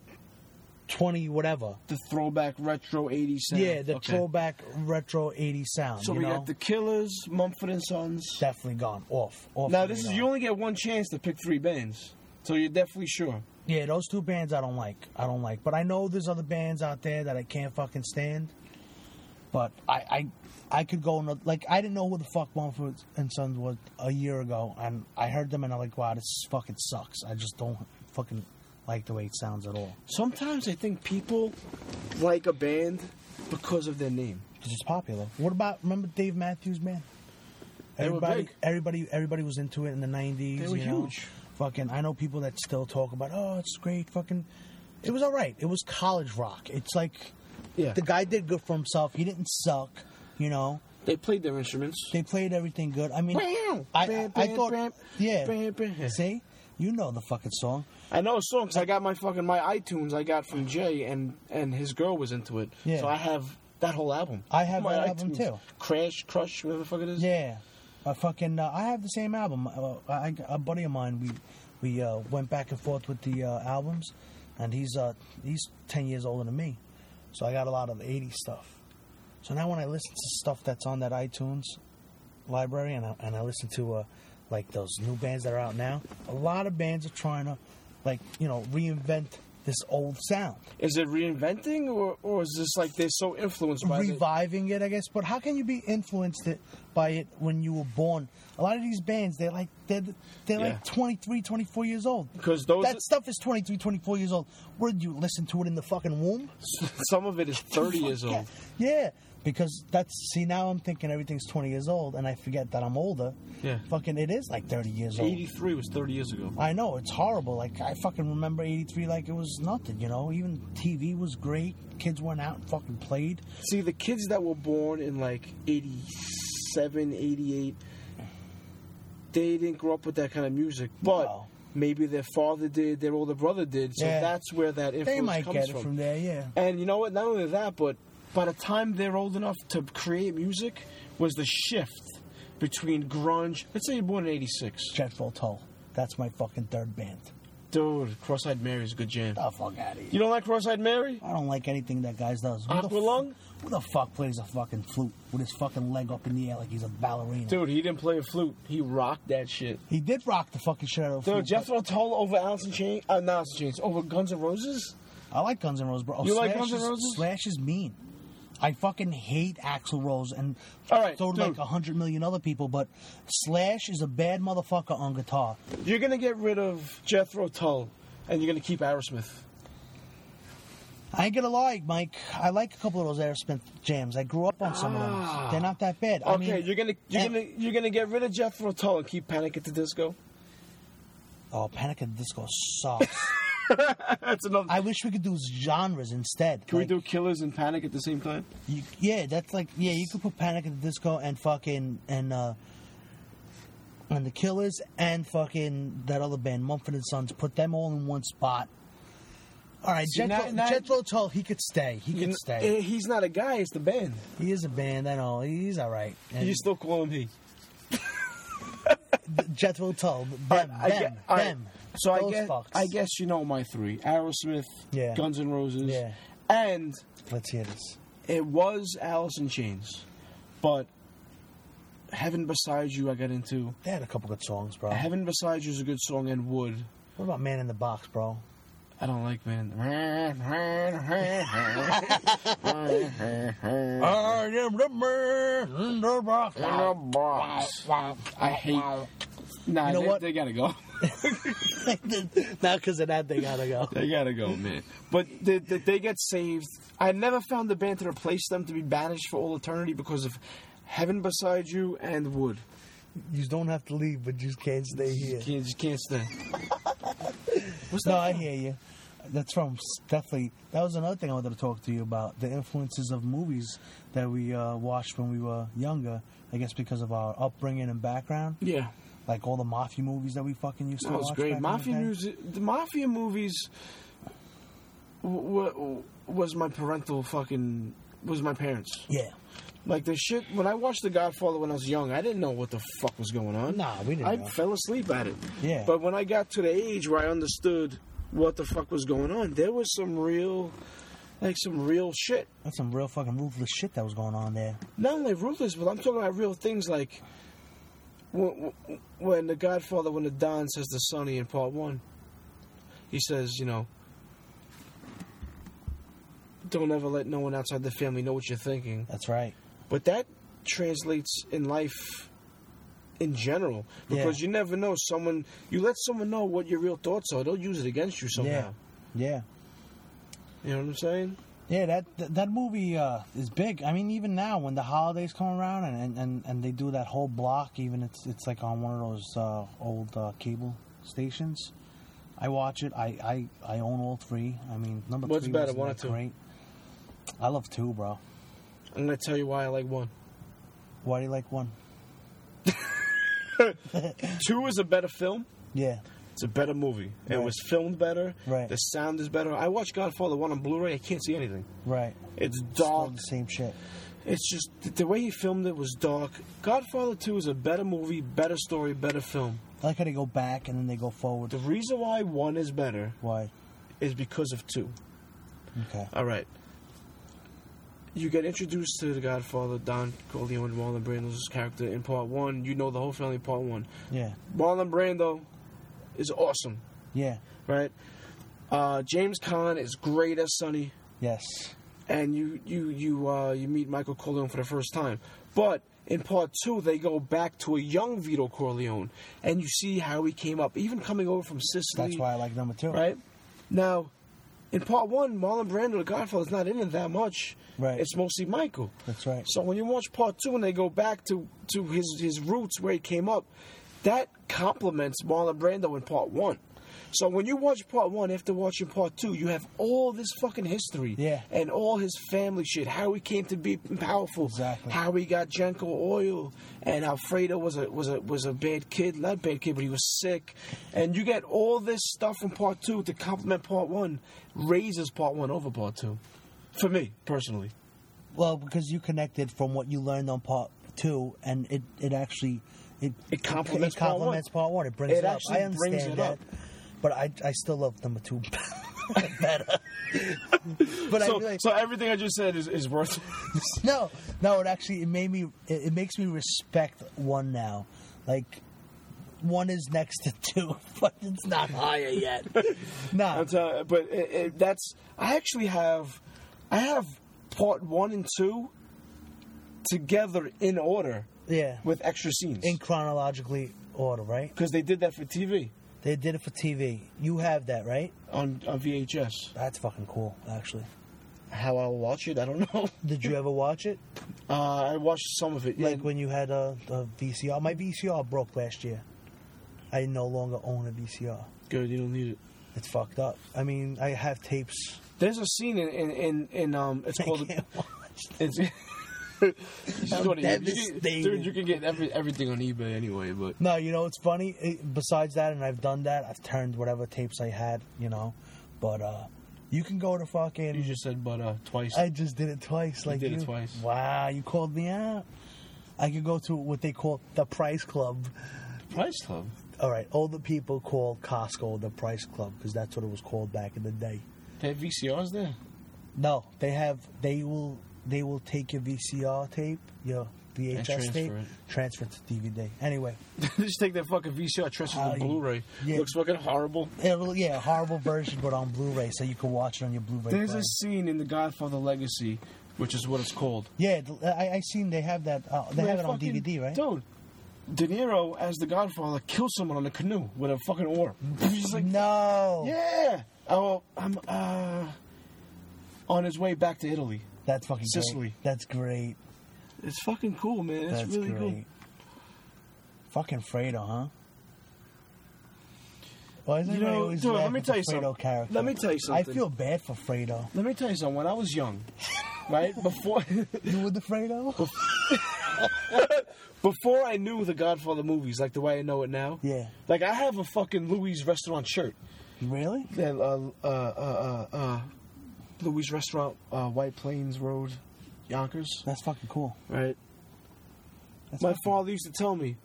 S4: 20 whatever.
S1: The throwback retro '80s sound.
S4: Yeah, the
S1: Okay.
S4: throwback retro 80s sound.
S1: So
S4: you
S1: we
S4: know?
S1: got the Killers, Mumford and Sons.
S4: definitely gone off. off
S1: Now
S4: the
S1: this is
S4: radar.
S1: you only get one chance to pick three bands, so you're definitely sure.
S4: Yeah, those two bands I don't like. I don't like. But I know there's other bands out there that I can't fucking stand. But I I, I could go another, like I didn't know who the fuck Mumford and Sons was a year ago, and I heard them and I'm like, wow, this fucking sucks. I just don't fucking like the way it sounds at all
S1: Sometimes I think people like a band because of their name.
S4: because it's popular. What about remember Dave Matthews Band?
S1: They were
S4: Everybody,
S1: big.
S4: everybody, everybody was into it in the '90s.
S1: They were
S4: you know?
S1: huge.
S4: Fucking, I know people that still talk about, oh, it's great. Fucking, it was all right. It was college rock. It's like
S1: Yeah.
S4: the guy did good for himself. He didn't suck, you know.
S1: They played their instruments.
S4: They played everything good. I mean,
S1: Bam,
S4: I,
S1: bam,
S4: I
S1: bam,
S4: thought,
S1: bam,
S4: yeah.
S1: bam, bam.
S4: See, you know the fucking song.
S1: I know a song 'cause I got my fucking my iTunes. I got from Jay and and his girl was into it.
S4: Yeah.
S1: So I have that whole album.
S4: I have
S1: My
S4: that album,
S1: iTunes.
S4: too.
S1: Crash, Crush, whatever the fuck it is.
S4: Yeah, a fucking. Uh, I have the same album. Uh, I, a buddy of mine, we we uh, went back and forth with the uh, albums, and he's uh, he's ten years older than me, so I got a lot of '80s stuff. So now when I listen to stuff that's on that iTunes library, and I, and I listen to uh, like those new bands that are out now, a lot of bands are trying to like you know reinvent this old sound,
S1: Is it reinventing or or is this like they're so influenced by the-
S4: reviving it, I guess. But how can you be influenced it, by it when you were born? A lot of these bands, they're like they're they're
S1: Yeah.
S4: like 23, 24 years old.
S1: Because those
S4: That stuff is 23, 24 years old. Where did you listen to it in the fucking womb?
S1: some of it is thirty years
S4: Yeah.
S1: old.
S4: Yeah. Because that's see now I'm thinking everything's 20 years old and I forget that I'm older.
S1: Yeah.
S4: Fucking it is like 30 years old.
S1: Eighty three was thirty years ago.
S4: I know it's horrible. Like I fucking remember '83 like it was nothing. You know, even TV was great. Kids went out and fucking played.
S1: See the kids that were born in like 87, 88, they didn't grow up with that kind of music, but.
S4: No.
S1: Maybe their father did, their older brother did, so
S4: Yeah.
S1: that's where that influence
S4: They might
S1: comes
S4: get it from there. Yeah.
S1: And you know what? Not only that, but by the time they're old enough to create music, was the shift between grunge. Let's say you're born in '86,
S4: Jethro Tull. That's my fucking third band.
S1: dude. Cross-eyed Mary is a good jam.
S4: The fuck out of here.
S1: You don't like Cross-eyed Mary?
S4: I don't like anything that guy does. the
S1: Aqualung?
S4: fu- Who the fuck plays a fucking flute with his fucking leg up in the air like he's a ballerina?
S1: Dude, he didn't play a flute. He rocked that shit.
S4: He did rock the fucking shit out of a flute.
S1: Dude, Jethro Tull over Alice in Chains, uh, not Alice in Chains, over Guns N' Roses.
S4: but I like Guns N' Roses, bro. Oh,
S1: You like
S4: Slash
S1: Guns N'
S4: is-
S1: Roses?
S4: Slash is mean. I fucking hate Axl Rose, and
S1: All right,
S4: so do
S1: dude.
S4: like a hundred million other people. But Slash is a bad motherfucker on guitar.
S1: You're gonna get rid of Jethro Tull, and you're gonna keep Aerosmith.
S4: I ain't gonna lie, Mike. I like a couple of those Aerosmith jams. I grew up on some of
S1: Ah.
S4: them. They're not that bad. I
S1: Okay,
S4: mean,
S1: you're gonna you're
S4: and-
S1: gonna you're gonna get rid of Jethro Tull and keep Panic at the Disco.
S4: oh, Panic at the Disco sucks.
S1: That's another.
S4: I wish we could do genres instead.
S1: Can
S4: Like,
S1: we do Killers and Panic at the same time?
S4: You, yeah, that's like yeah. You could put Panic at the Disco and fucking and uh and the Killers and fucking that other band Mumford and Sons. Put them all in one spot. All right,
S1: See,
S4: Jethro,
S1: now- now-
S4: Jethro Tull, he could stay. He
S1: You
S4: could
S1: kn-
S4: stay.
S1: eh, He's not a guy. It's the band.
S4: he is a band. I know he's all right. And
S1: You still call him he.
S4: Jethro Tull, them,
S1: I
S4: them,
S1: get- all right.
S4: them.
S1: So I
S4: Those
S1: guess
S4: fucks.
S1: I guess you know my three: Aerosmith,
S4: Yeah.
S1: Guns N' Roses,
S4: Yeah.
S1: and
S4: Let's hear this.
S1: it was Alice in Chains, but Heaven Beside You I got into.
S4: They had a couple good songs, bro.
S1: Heaven Beside You is a good song, and Wood.
S4: What about Man in the Box, bro?
S1: I don't like man.
S4: I am the man in the box.
S1: I hate. Nah,
S4: You know
S1: they,
S4: what?
S1: they gotta go.
S4: Not because of that, they gotta go.
S1: They gotta go, man. But they, they, they get saved. I never found the band to replace them to be banished for all eternity because of Heaven Beside You and Wood.
S4: You don't have to leave, but you just can't stay here.
S1: Can't, just can't stand. What's
S4: No, I hear you. That's from definitely. That was another thing I wanted to talk to you about the influences of movies that we uh, watched when we were younger. I guess because of our upbringing and background,
S1: Yeah,
S4: like all the mafia movies that we fucking used to
S1: that was
S4: watch. back
S1: great.
S4: in the
S1: Mafia
S4: day.
S1: music, the mafia movies, w- w- was my parental fucking was my parents.
S4: Yeah.
S1: Like the shit when I watched The Godfather when I was young, I didn't know what the fuck was going on.
S4: Nah, we didn't.
S1: I
S4: know.
S1: fell asleep at it.
S4: Yeah.
S1: But when I got to the age where I understood what the fuck was going on, there was some real, like some real shit.
S4: That's some real fucking ruthless shit that was going on there.
S1: Not only ruthless, but I'm talking about real things like when, when the Godfather, when the Don says to Sonny in part one, he says, you know, don't ever let no one outside the family know what you're thinking.
S4: That's right.
S1: But that translates in life in general because
S4: Yeah.
S1: you never know someone you let someone know what your real thoughts are they'll use it against you somehow
S4: Yeah.
S1: you know what i'm saying
S4: Yeah, that that, that movie uh, is big. I mean, even now when the holidays come around and, and, and, and they do that whole block, even it's it's like on one of those uh, old uh, cable stations. I watch it. I, I, I own all three. I mean, number
S1: What's
S4: three
S1: better,
S4: wasn't
S1: one or
S4: that
S1: two?
S4: great. I love two, bro.
S1: i'm gonna tell you why i like one
S4: Why do you like one?
S1: Two is a better film.
S4: Yeah.
S1: It's a better movie. It
S4: Right.
S1: was filmed better.
S4: Right.
S1: The sound is better. I watched Godfather one on Blu-ray. I can't see anything.
S4: Right.
S1: It's
S4: All
S1: dark.
S4: the same shit.
S1: It's just th- the way he filmed it was dark. Godfather two is a better movie, better story, better film.
S4: I like how they go back and then they go forward.
S1: The reason why one is better
S4: Why?
S1: is because of two.
S4: Okay.
S1: All right. You get introduced to the Godfather, Don Corleone, Marlon Brando's character in part one. You know the whole family in part one.
S4: Yeah.
S1: Marlon Brando is awesome,
S4: Yeah.
S1: right? Uh, James Caan is great as Sonny,
S4: Yes.
S1: and you you you uh, you meet Michael Corleone for the first time. But in part two, they go back to a young Vito Corleone, and you see how he came up, even coming over from Sicily.
S4: That's why I like number two.
S1: right? Now, in part one, Marlon Brando, the Godfather's not in it that much.
S4: Right.
S1: It's mostly Michael.
S4: That's right.
S1: So when you watch part two and they go back to, to his, his roots where he came up, that complements Marlon Brando in part one. So when you watch part one after watching part two, you have all this fucking history
S4: Yeah.
S1: and all his family shit, how he came to be powerful,
S4: Exactly.
S1: how he got Jenko oil, and Alfredo was a was a was a bad kid, not bad kid, but he was sick, and you get all this stuff from part two to complement part one, raises part one over part two, for me personally.
S4: Well, because you connected from what you learned on part two, and it, it actually it
S1: It complements
S4: it
S1: part one.
S4: complements part one. It brings
S1: It
S4: it, up.
S1: actually
S4: I
S1: brings
S4: understand
S1: it
S4: that,
S1: up.
S4: but I I still love number two better. but I
S1: So,
S4: really,
S1: so everything I just said is, is worth.
S4: no no it actually it made me it, it makes me respect one now, like. One is next to two, but it's not higher yet. nah,
S1: I'm telling- but it, it, that's I actually have, I have part one and two together in order
S4: yeah.
S1: with extra scenes
S4: In chronologically order, right?
S1: because they did that for TV
S4: They did it for TV. You have that, right?
S1: on on VHS.
S4: That's fucking cool, actually.
S1: How I'll watch it, I don't know.
S4: Did you ever watch it?
S1: Uh, I watched some of it. Yeah.
S4: Like when you had a, a VCR. My VCR broke last year. I no longer own a VCR.
S1: good, you don't need it.
S4: It's fucked up. I mean, I have tapes.
S1: There's a scene in in in, in um, it's
S4: I
S1: called.
S4: can't watch.
S1: It's, You just
S4: I'm
S1: go to- you can-
S4: devastated.
S1: dude, you can get every, everything on eBay anyway, but
S4: No, you know what's funny? It- besides that, and I've done that. I've turned whatever tapes I had, you know. But uh, you can go to fucking.
S1: you just said but uh twice.
S4: I just did it twice. Like
S1: did it twice.
S4: Wow, you called me out. I could go to what they call the Price Club.
S1: Price Club.
S4: All right, older people call Costco the Price Club because that's what it was called back in the day.
S1: They have VCRs there.
S4: No, they have. They will. They will take your VCR tape, your VHS
S1: transfer
S4: tape,
S1: it.
S4: transfer it to DVD. Anyway,
S1: they just take that fucking VCR, transfer
S4: Uh,
S1: to Blu-ray.
S4: yeah.
S1: Looks fucking horrible.
S4: it'll, yeah, horrible version, but on Blu-ray, so you can watch it on your Blu-ray.
S1: There's
S4: player.
S1: a scene in The Godfather Legacy, which is what it's called.
S4: yeah, th- I, I seen they have that. Uh, they have it on
S1: Fucking-
S4: DVD, right?
S1: Dude, De Niro as the Godfather kills someone on a canoe with a fucking oar. He's like,
S4: no,
S1: yeah. Oh, I'm uh, on his way back to Italy.
S4: that's fucking great.
S1: Sicily.
S4: That's great.
S1: It's fucking cool, man. It's
S4: That's
S1: really
S4: great.
S1: cool.
S4: Fucking Fredo, huh? Why is
S1: You
S4: everybody
S1: know,
S4: always
S1: dude, let
S4: laughing
S1: me
S4: at
S1: tell
S4: the
S1: you
S4: Fredo
S1: something.
S4: Character?
S1: Let me tell you
S4: I
S1: something.
S4: feel bad for Fredo.
S1: Let me tell you something. When I was young, right before
S4: You with the Fredo?
S1: before I knew the Godfather movies like the way I know it now.
S4: Yeah.
S1: Like I have a fucking Louis restaurant shirt.
S4: really?
S1: Yeah, uh, uh, uh, uh, uh, Louis restaurant, uh, White Plains Road, Yonkers.
S4: That's fucking cool.
S1: Right.
S4: That's
S1: My
S4: fucking-
S1: father used to tell me,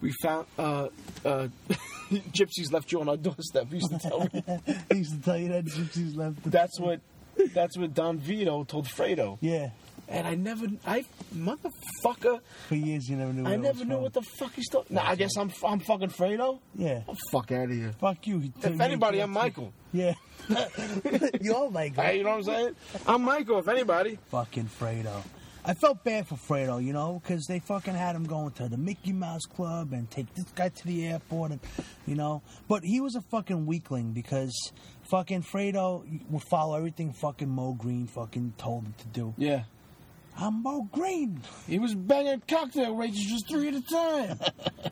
S1: we found uh, uh, gypsies left you on our doorstep. He used to tell me.
S4: he used to tell you that gypsies left. The-
S1: That's what. That's what Don Vito told Fredo.
S4: yeah.
S1: And I never, I motherfucker,
S4: For years you never knew. Where
S1: I
S4: it
S1: never
S4: was
S1: knew
S4: from.
S1: what the fuck he's talking. Nah, I guess I'm, I'm fucking Fredo.
S4: Yeah.
S1: Oh, fuck out of here.
S4: Fuck you. he turned
S1: If
S4: you
S1: anybody,
S4: into a
S1: I'm Michael.
S4: Yeah. You're like
S1: Hey, you know what I'm saying? I'm Michael. If anybody,
S4: fucking Fredo. I felt bad for Fredo, you know, because they fucking had him going to the Mickey Mouse Club and take this guy to the airport, and you know. But he was a fucking weakling because fucking Fredo would follow everything fucking Mo Green fucking told him to do.
S1: yeah.
S4: I'm Mo Green.
S1: He was banging cocktail waitresses three at a time.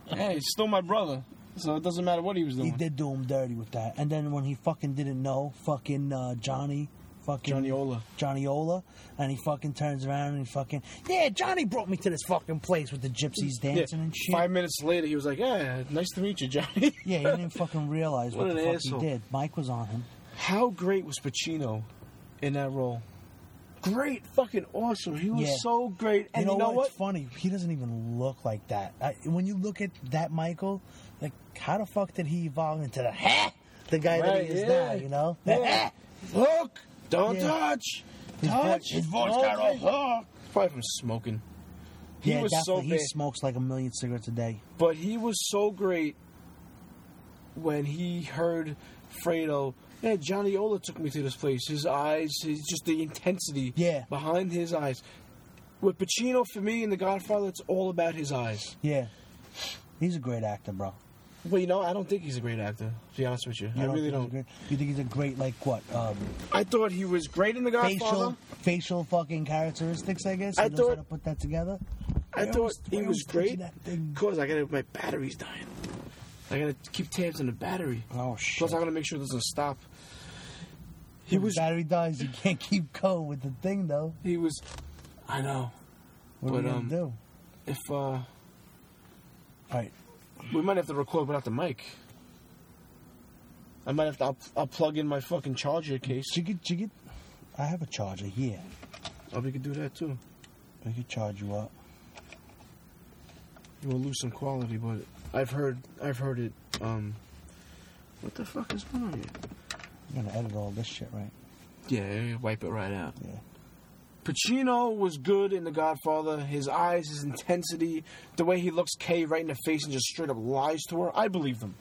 S1: hey, he's still my brother, so it doesn't matter what he was
S4: He
S1: doing.
S4: did do him dirty with that. And then when he fucking didn't know, fucking uh, Johnny fucking
S1: Johnny Ola.
S4: Johnny Ola, and he fucking turns around and he fucking yeah, Johnny brought me to this fucking place with the gypsies dancing and shit.
S1: Five minutes later, he was like, "Yeah, nice to meet you, Johnny."
S4: yeah, he didn't fucking realize what,
S1: What
S4: the
S1: an
S4: fuck
S1: asshole.
S4: he did. Mike was on him.
S1: How great was Pacino in that role? Great, fucking awesome. He was
S4: Yeah.
S1: so great. And
S4: you know, what? It's funny. He doesn't even look like that. I, when you look at that Michael, like how the fuck did he evolve into the ha? The guy that
S1: Right,
S4: he is
S1: yeah.
S4: now, you know. The
S1: Yeah.
S4: "Ha!"
S1: Look! Don't
S4: Yeah.
S1: touch!
S4: His vo-
S1: touch!
S4: his voice got all-
S1: all Probably from smoking. He
S4: yeah,
S1: was so
S4: definitely.
S1: bad.
S4: he smokes like a million cigarettes a day.
S1: But he was so great when he heard Fredo. Yeah, Johnny Ola took me to this place. His eyes, his, just the intensity
S4: Yeah.
S1: behind his eyes. With Pacino, for me, in The Godfather, it's all about his eyes.
S4: Yeah, he's a great actor, bro.
S1: Well, you know, I don't think he's a great actor, to be honest with you.
S4: You
S1: I really
S4: think he's
S1: don't.
S4: Great, you think he's a great like what? Um,
S1: I thought he was great in The
S4: facial,
S1: Godfather.
S4: facial fucking characteristics, I guess.
S1: I
S4: He knows how
S1: thought-
S4: to put that together.
S1: I
S4: Where
S1: thought
S4: was-
S1: he
S4: where
S1: was
S4: touching
S1: great.
S4: that thing?
S1: Cause I gotta, my battery's dying. I gotta keep tabs on the battery.
S4: Oh shit!
S1: Plus, I gotta make sure it doesn't stop. He
S4: When
S1: was,
S4: battery dies. You can't keep going with the thing though.
S1: he was. I know.
S4: What
S1: But,
S4: are you
S1: um,
S4: gonna do?
S1: If uh,
S4: All right.
S1: we might have to record without the mic. I might have to. I'll, I'll plug in my fucking charger case.
S4: Jigget, jigget. I have a charger here.
S1: Oh, we could do that too.
S4: I could charge you up.
S1: You will lose some quality, but I've heard. I've heard it. Um, what the fuck is going on here?
S4: I'm gonna edit all this shit, right?
S1: Yeah, wipe it right out.
S4: Yeah.
S1: Pacino was good in The Godfather. His eyes, his intensity, the way he looks Kay right in the face and just straight up lies to her. I believe them.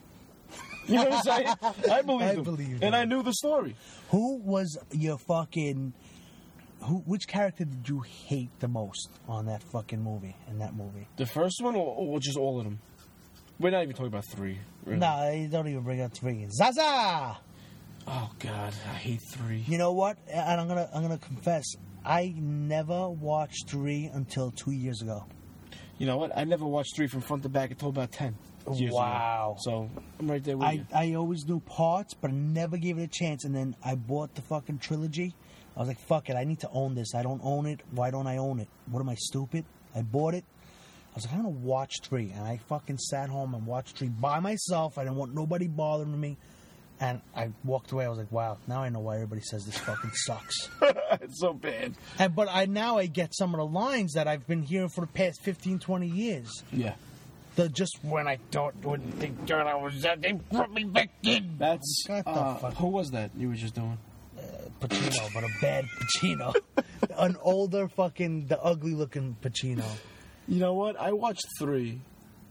S1: You know what I'm saying? I believe
S4: I
S1: them.
S4: believe
S1: and
S4: them.
S1: I knew the story.
S4: Who was your fucking? Who? Which character did you hate the most on that fucking movie? In that movie?
S1: The first one, or, or just all of them? We're not even talking about three. Really.
S4: Nah, you don't even bring up three. Zaza.
S1: Oh God, I hate three.
S4: You know what? And I'm gonna I'm gonna confess. I never watched three until two years ago.
S1: You know what? I never watched three from front to back until about ten. years ago.
S4: Wow.
S1: So I'm right there with
S4: I,
S1: you.
S4: I always knew parts, but I never gave it a chance. And then I bought the fucking trilogy. I was like, fuck it, I need to own this. I don't own it. Why don't I own it? What am I, stupid? I bought it. I was like, I'm gonna watch three. And I fucking sat home and watched three by myself. I didn't want nobody bothering me. And I walked away. I was like, wow, now I know why everybody says this fucking sucks.
S1: it's so bad.
S4: and, but I now I get some of the lines that I've been hearing for the past 15, 20 years.
S1: Yeah.
S4: The just when I don't, when they, I was, they brought me back in.
S1: That's
S4: What the
S1: uh,
S4: fuck?
S1: who was that you were just doing?
S4: Pacino, but a bad Pacino. An older fucking, the ugly looking Pacino.
S1: You know what? I watched three,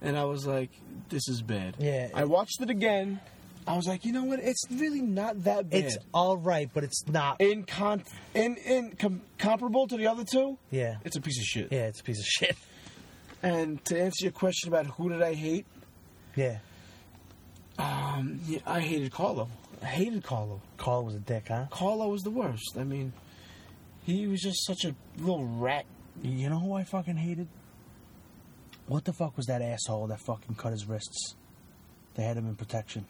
S1: and I was like, "This is bad."
S4: Yeah.
S1: I watched it again. I was like, "You know what? It's really not that bad."
S4: It's alright, but it's not.
S1: in con in in com- comparable to the other two.
S4: yeah.
S1: It's a piece of shit.
S4: Yeah, it's a piece of shit.
S1: And to answer your question about who did I hate,
S4: Yeah.
S1: um, yeah, I hated Carlo. I hated Carlo.
S4: Carl was a dick, huh?
S1: Carlo was the worst. I mean, he was just such a little rat.
S4: You know who I fucking hated? What the fuck was that asshole that fucking cut his wrists? They had him in protection.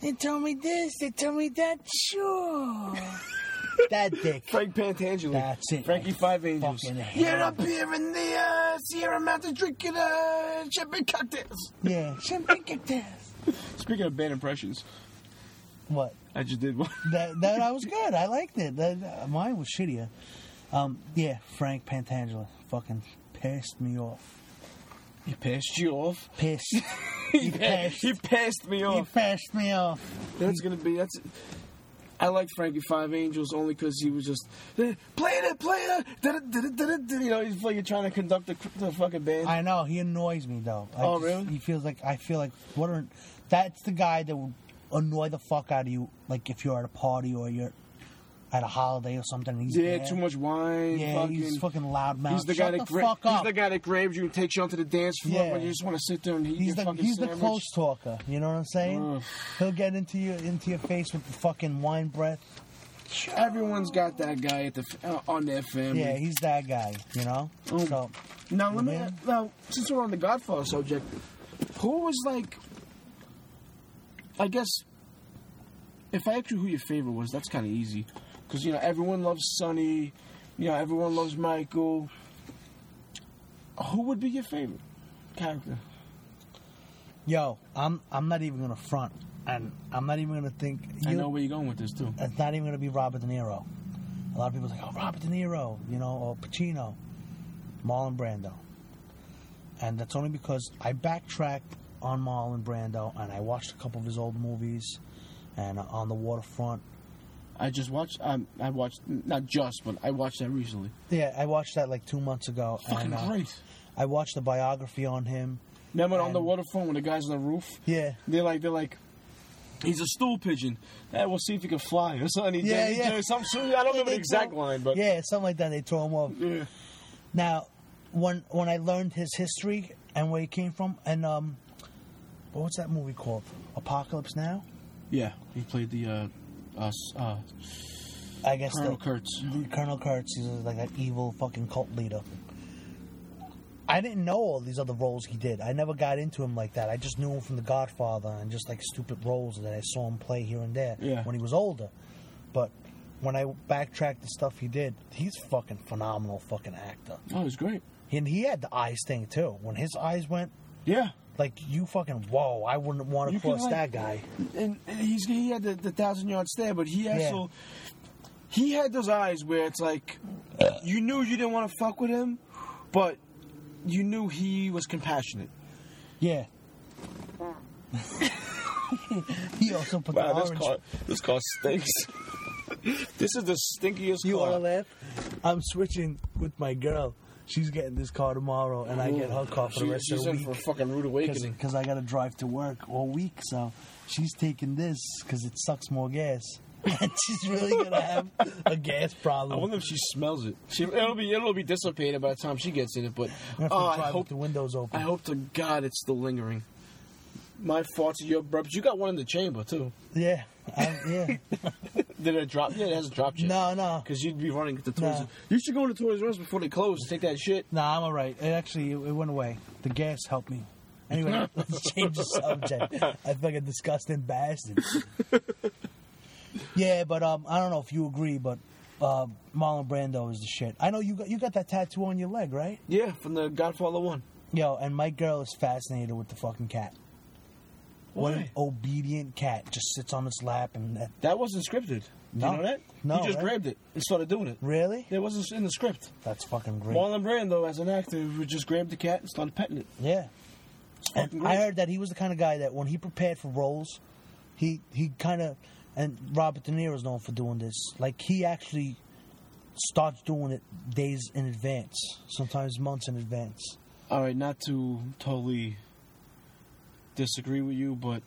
S4: They told me this, they told me that, sure. that dick.
S1: Frank Pantangelo.
S4: That's it.
S1: Frankie
S4: I
S1: Five Angels.
S4: fucking hate
S1: You're
S4: him.
S1: up here in the uh, Sierra Mountains drinking uh, champagne cocktails.
S4: Yeah. Champagne cocktails.
S1: Speaking of bad impressions,
S4: What?
S1: I just did one.
S4: that, that I was good. I liked it. That, that- mine was shittier. Um, yeah, Frank Pantangelo fucking pissed me off.
S1: He passed you off.
S4: Pissed.
S1: He,
S4: passed.
S1: he passed me
S4: he
S1: off.
S4: pissed me off.
S1: that's gonna be that's. I like Frankie Five Angels only because he was just "Eh, play it, play it. da-da, da-da, da-da, da-da," You know, he's fucking trying to conduct the, the fucking band.
S4: I know he annoys me though. I
S1: Oh, really?
S4: He feels like I feel like what? Are, that's the guy that would annoy the fuck out of you. Like if you're at a party or you're at a holiday or something. and He's
S1: yeah,
S4: there.
S1: too much wine.
S4: Yeah,
S1: fucking,
S4: he's fucking loudmouth.
S1: He's the
S4: Shut
S1: guy
S4: the
S1: that gra-
S4: fuck
S1: he's
S4: up.
S1: the guy that grabs you and takes you onto the dance floor
S4: Yeah.
S1: when you just want to sit there and eat
S4: He's
S1: your
S4: the
S1: fucking
S4: he's
S1: sandwich.
S4: the close talker. You know what I'm saying?
S1: Ugh.
S4: He'll get into you into your face with the fucking wine breath.
S1: Everyone's got that guy at the f- uh, on their family.
S4: Yeah, he's that guy, you know.
S1: Oh.
S4: So
S1: Now let me
S4: Yeah.
S1: now since we're on the Godfather subject, who was like I guess if I asked you who your favorite was, that's kind of easy, because you know everyone loves Sonny, you know everyone loves Michael. Who would be your favorite character?
S4: Yo, I'm I'm not even gonna front, and I'm not even gonna think.
S1: I
S4: you-
S1: know where you're going with this too.
S4: It's not even going to be Robert De Niro. A lot of people think, oh, Robert De Niro, you know, or Pacino, Marlon Brando. And that's only because I backtracked on Marlon Brando and I watched a couple of his old movies and uh, on the waterfront.
S1: I just watched. Um, I watched not just, but I watched that recently.
S4: Yeah, I watched that like two months ago.
S1: Fucking
S4: and, uh,
S1: great.
S4: I watched the biography on him.
S1: Remember on the
S4: and-
S1: waterfront when the guys on the roof?
S4: Yeah.
S1: They're like, they're like, he's a stool pigeon. Hey, we'll see if he can fly or something. He
S4: Yeah,
S1: did- he
S4: yeah.
S1: did some- some- I don't remember the
S4: They
S1: exact
S4: throw-
S1: line, but
S4: Yeah, something like that. They throw him off.
S1: Yeah.
S4: Now, when when I learned his history and where he came from, and um, what's that movie called? Apocalypse Now.
S1: Yeah, he played the uh, uh, uh,
S4: I guess
S1: Colonel
S4: the,
S1: Kurtz.
S4: Colonel Kurtz is like an evil fucking cult leader. I didn't know all these other roles he did. I never got into him like that. I just knew him from The Godfather and just like stupid roles that I saw him play here and there
S1: Yeah.
S4: when he was older. But when I backtracked the stuff he did, he's fucking phenomenal fucking actor.
S1: Oh, it was great.
S4: And he had the eyes thing too. When his eyes went,
S1: Yeah,
S4: like you fucking whoa, I wouldn't want
S1: You
S4: to
S1: can,
S4: cross
S1: like-
S4: that guy.
S1: and, and he's he had the, the thousand yard stare, but he
S4: Yeah.
S1: also he had those eyes where it's like you knew you didn't want to fuck with him, but you knew he was compassionate.
S4: Yeah. he also put the orange
S1: this car stinks. this is the stinkiest
S4: You want to laugh? I'm switching with my girl. She's getting this car tomorrow, and I get her car for the rest
S1: she's
S4: of
S1: in
S4: the
S1: for a
S4: week
S1: fucking rude awakening.
S4: because I got to drive to work all week. So she's taking this because it sucks more gas, and she's really gonna have a gas
S1: I
S4: problem.
S1: wonder if she smells it. She, it'll be it'll be dissipated by the time she gets in it. But
S4: I have to
S1: oh, I
S4: drive
S1: hope
S4: with the windows open.
S1: I hope to God it's still lingering. My faults, your bro. But you got one in the chamber too.
S4: yeah, i yeah.
S1: Did it drop? Yeah, it hasn't dropped yet.
S4: No, no.
S1: Because you'd be running at the Toys.
S4: No.
S1: You should go to Toys R Us before they close. Take that shit.
S4: Nah, I'm all right. It actually it, it went away. The gas helped me. Anyway, let's change the subject. I fucking disgusting bastard. yeah, but um, I don't know if you agree, but uh, Marlon Brando is the shit. I know you got you got that tattoo on your leg, right?
S1: Yeah, from the Godfather one.
S4: Yo, and my girl is fascinated with the fucking cat. What an
S1: Why?
S4: obedient cat just sits on his lap and that.
S1: That wasn't scripted.
S4: No.
S1: You know that?
S4: No,
S1: He just
S4: right?
S1: grabbed it and started doing it.
S4: Really?
S1: It wasn't in the script.
S4: That's fucking great.
S1: Marlon Brando, as an actor, would just grab the cat and started petting it.
S4: Yeah.
S1: fucking
S4: And I
S1: great.
S4: heard that he was the kind of guy that when he prepared for roles, he he kind of and Robert De Niro's known for doing this. Like he actually starts doing it days in advance, sometimes months in advance.
S1: All right, not to totally disagree with you, but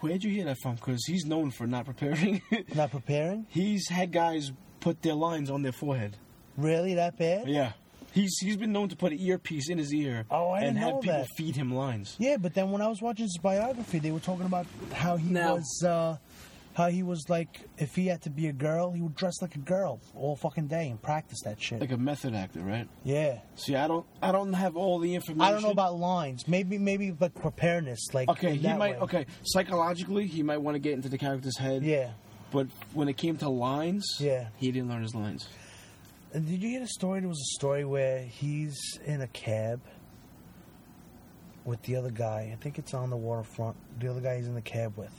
S1: where'd you hear that from? Because he's known for not preparing.
S4: Not preparing,
S1: he's had guys put their lines on their forehead.
S4: really that bad?
S1: Yeah. He's he's been known to put an earpiece in his ear
S4: Oh, I
S1: and
S4: didn't
S1: have
S4: know
S1: people
S4: that.
S1: feed him lines.
S4: Yeah, but then when I was watching his biography, they were talking about how he
S1: Now-
S4: was. Uh, how he was like, if he had to be a girl, he would dress like a girl all fucking day and practice that shit.
S1: Like a method actor, right?
S4: yeah,
S1: See, I don't I don't have all the information.
S4: I don't know about lines. Maybe, maybe like preparedness. Like
S1: Okay,
S4: in
S1: he
S4: that
S1: might
S4: way.
S1: okay, psychologically he might want to get into the character's head.
S4: Yeah.
S1: But when it came to lines,
S4: Yeah.
S1: he didn't learn his lines.
S4: And did you hear the story? There was a story where he's in a cab with the other guy. I think it's on the waterfront. The other guy he's in the cab with.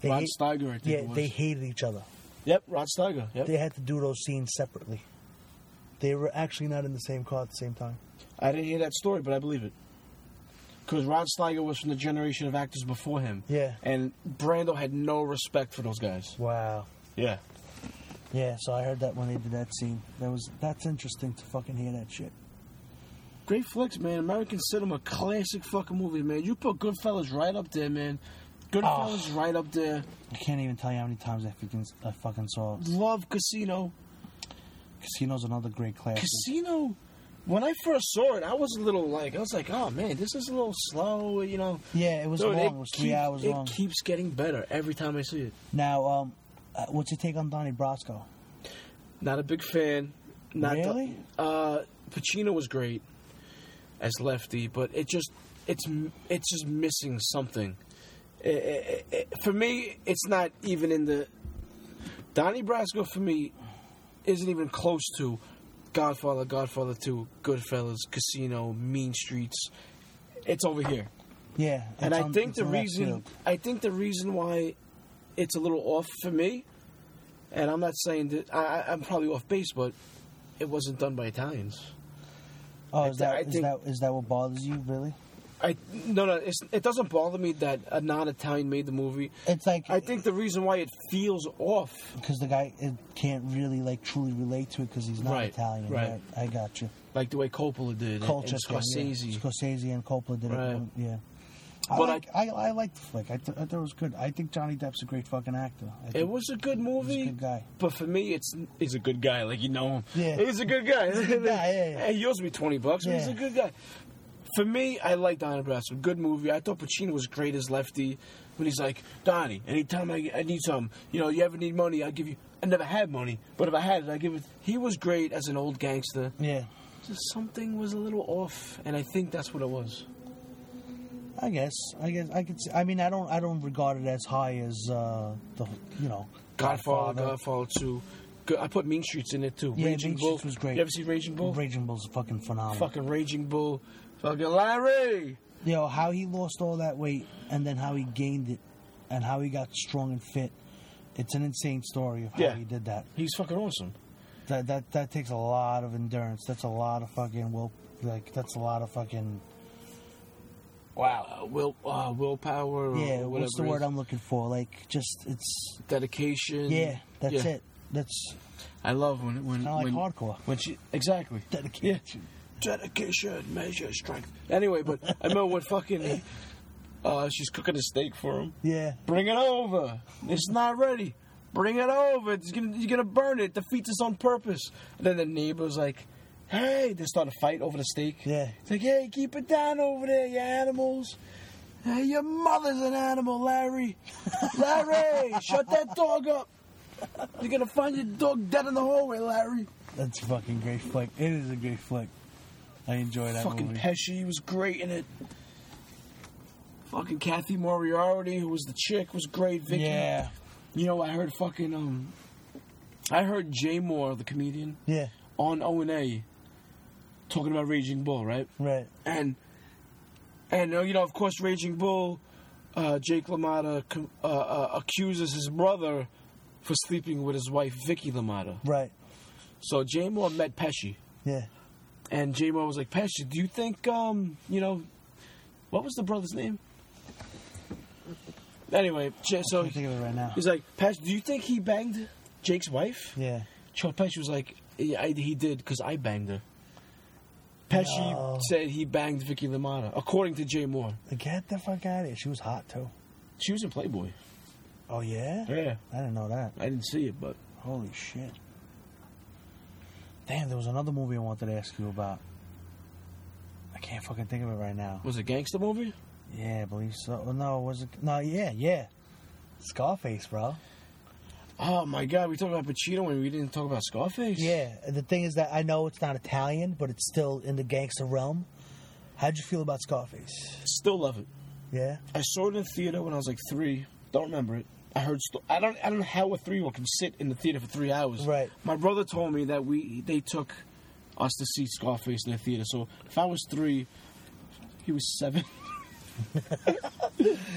S4: They
S1: Rod
S4: hate-
S1: Steiger, I think
S4: yeah,
S1: it was.
S4: they hated each other.
S1: yep, Rod Steiger. Yep.
S4: They had to do those scenes separately. They were actually not in the same car at the same time.
S1: I didn't hear that story, but I believe it. Because Rod Steiger was from the generation of actors before him.
S4: Yeah.
S1: And Brando had no respect for those guys.
S4: Wow.
S1: Yeah.
S4: Yeah, so I heard that when they did that scene. That was that's interesting to fucking hear that shit.
S1: Great flicks, man. American cinema, classic fucking movie, man. You put Goodfellas right up there, man. Goodfellas
S4: Ah.
S1: right up there.
S4: I can't even tell you how many times I fucking I fucking saw it.
S1: Love Casino.
S4: Casino's another great classic.
S1: Casino. When I first saw it, I was a little like, I was like, oh man, this is a little slow, you know.
S4: yeah, it was
S1: Dude,
S4: long. It, was three
S1: keep-
S4: hours
S1: it
S4: long.
S1: keeps getting better every time I see it.
S4: Now, um, uh, what's your take on Donnie Brasco?
S1: Not a big fan. Not the-
S4: Really?
S1: uh, Pacino was great as Lefty, but it just it's m- it's just missing something. Eh, eh, eh, eh, for me, it's not even in the. Donnie Brasco for me isn't even close to Godfather, Godfather Two, Goodfellas, Casino, Mean Streets. It's over here
S4: Yeah,
S1: and
S4: it's
S1: I
S4: on-
S1: think
S4: it's
S1: the
S4: on that
S1: reason
S4: field.
S1: I think the reason why it's a little off for me, and I'm not saying that I, I- I'm probably off base, but it wasn't done by Italians.
S4: Oh, is
S1: I
S4: that, is
S1: think-
S4: that is that what bothers you really?
S1: I no no it's, it doesn't bother me that a non-Italian made the movie.
S4: It's like
S1: I think the reason why it feels off,
S4: because the guy it can't really like truly relate to it because he's not
S1: Right,
S4: Italian.
S1: right.
S4: Right. I got you.
S1: like the way Coppola did, and-
S4: Culture,
S1: and
S4: thing,
S1: Scorsese.
S4: yeah. Scorsese and Coppola did
S1: Right.
S4: it. um, Yeah. I
S1: But
S4: like, I, I like the flick. I, th- I thought it was good. I think Johnny Depp's a great fucking actor. I
S1: It
S4: think-
S1: was a good movie.
S4: good guy.
S1: But for me, it's he's a good guy. Like you know him.
S4: Yeah.
S1: he's a good guy.
S4: a good guy, yeah, yeah.
S1: Hey, he owes me twenty bucks. But he's
S4: Yeah.
S1: a good guy. For me, I like Donnie Brasco. Good movie. I thought Pacino was great as Lefty. When he's like, Donnie, anytime I, I need something, you know, you ever need money, I'll give you. I never had money, but if I had it, I'd give it. He was great as an old gangster.
S4: Yeah.
S1: Just something was a little off, and I think that's what it was.
S4: I guess. I guess I could. See, I mean, I don't. I don't regard it as high as uh, the. You know.
S1: Godfather, Godfather 2. Good. I put Mean Streets in it too.
S4: Yeah,
S1: Raging
S4: Mean
S1: Bull.
S4: Streets was great.
S1: You ever see Raging Bull?
S4: Raging Bull's fucking phenomenal.
S1: Fucking Raging Bull. Fucking Larry!
S4: Yo, how he lost all that weight and then how he gained it and how he got strong and fit. It's an insane story of how
S1: Yeah.
S4: he did that.
S1: He's fucking awesome.
S4: That that that takes a lot of endurance. That's a lot of fucking will. Like that's a lot of fucking
S1: Wow. Uh, will, uh, willpower. Or
S4: yeah.
S1: whatever
S4: What's the
S1: it
S4: word
S1: is.
S4: I'm looking for? Like just it's
S1: Dedication.
S4: yeah. That's
S1: Yeah.
S4: it. That's
S1: I love when. when
S4: Kinda like
S1: when,
S4: hardcore.
S1: When she, exactly.
S4: dedication.
S1: Dedication, measure, strength. Anyway, but I remember when fucking. Uh, she's cooking a steak for him.
S4: Yeah.
S1: Bring it over. It's not ready. Bring it over. It's gonna, you're gonna burn it. Defeats us on purpose. And then the neighbor's like, "Hey!" They start a fight over the steak.
S4: Yeah.
S1: It's like, "Hey, keep it down over there, you animals." Hey, your mother's an animal, Larry. Larry, shut that dog up. You're gonna find your dog dead in the hallway, Larry.
S4: That's a fucking great flick. It is a great flick. I enjoy that
S1: Fucking
S4: movie.
S1: Pesci was great in it. Fucking Kathy Moriarty, who was the chick, was great. Vicky.
S4: yeah.
S1: You know, I heard fucking um, I heard Jay Moore, the comedian,
S4: Yeah.
S1: on O and A, talking about Raging Bull, right?
S4: Right.
S1: And and uh, you know, of course, Raging Bull, uh, Jake LaMotta com- uh, uh, accuses his brother for sleeping with his wife Vicky LaMotta.
S4: Right.
S1: So Jay Moore met Pesci,
S4: Yeah.
S1: and Jay Moore was like, Pesci, do you think um, you know, what was the brother's name? Anyway, Jay,
S4: I
S1: so
S4: can't think of it right now.
S1: He's like, Pesh, do you think he banged Jake's wife?
S4: Yeah.
S1: Joe Pesci was like, yeah, I, he did because I banged her. Pesci
S4: No.
S1: said he banged Vicky LaMotta, according to Jay Moore.
S4: Get the fuck out of here. She was hot too.
S1: She was in Playboy.
S4: Oh yeah?
S1: Yeah.
S4: I didn't know that.
S1: I didn't see it, but
S4: Holy shit. Damn, there was another movie I wanted to ask you about. I can't fucking think of it right now.
S1: was it a gangster movie?
S4: Yeah, I believe so. Oh, No, was it? No, yeah, yeah. Scarface, bro.
S1: Oh my God, we talked about Pacino and we didn't talk about Scarface.
S4: Yeah, and the thing is that I know it's not Italian, but it's still in the gangster realm. How'd you feel about Scarface?
S1: still love it.
S4: Yeah,
S1: I saw it in the theater when I was like three. Don't remember it. I heard. St- I don't. I don't know how a three-year-old can sit in the theater for three hours.
S4: Right.
S1: My brother told me that we they took us to see Scarface in the theater. So if I was three, he was seven.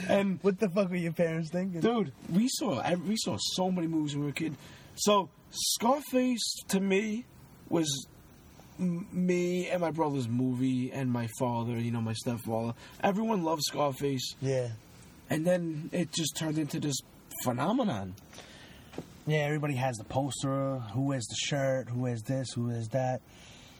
S1: and
S4: what the fuck were your parents thinking?
S1: dude, we saw I, we saw so many movies when we were a kid. So Scarface to me was m- me and my brother's movie and my father. You know, my stepfather. Everyone loved Scarface
S4: Yeah,
S1: and then it just turned into this phenomenon.
S4: yeah. Everybody has the poster. Who has the shirt? Who has this? Who has that?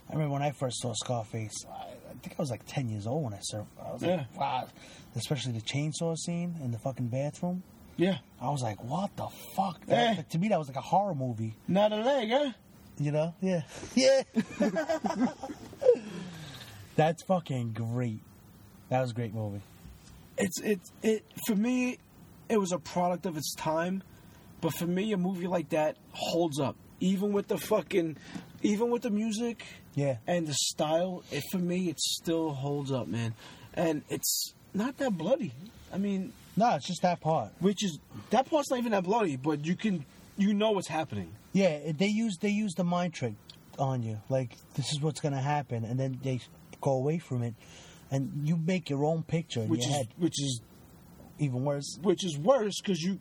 S4: I remember when I first saw Scarface. I, I think I was like ten years old when I saw. I was like,
S1: Yeah.
S4: wow. Especially the chainsaw scene in the fucking bathroom.
S1: Yeah,
S4: I was like, what the fuck? That-
S1: Eh.
S4: To me, that was like a horror movie.
S1: not a leg, huh?
S4: You know? Yeah. Yeah. That's fucking great. That was a great movie.
S1: It's it it for me. It was a product of its time, but for me, a movie like that holds up, even with the fucking, even with the music
S4: Yeah.
S1: and the style. It for me, it still holds up, man. And it's not that bloody. I mean,
S4: No, it's just that part.
S1: which is that part's not even that bloody, but you can you know what's happening.
S4: Yeah, it- they use they use the mind trick on you. Like this is what's gonna happen, and then they go away from it, and you make your own picture in
S1: which
S4: your
S1: is
S4: head.
S1: which is
S4: Even worse.
S1: which is worse because you,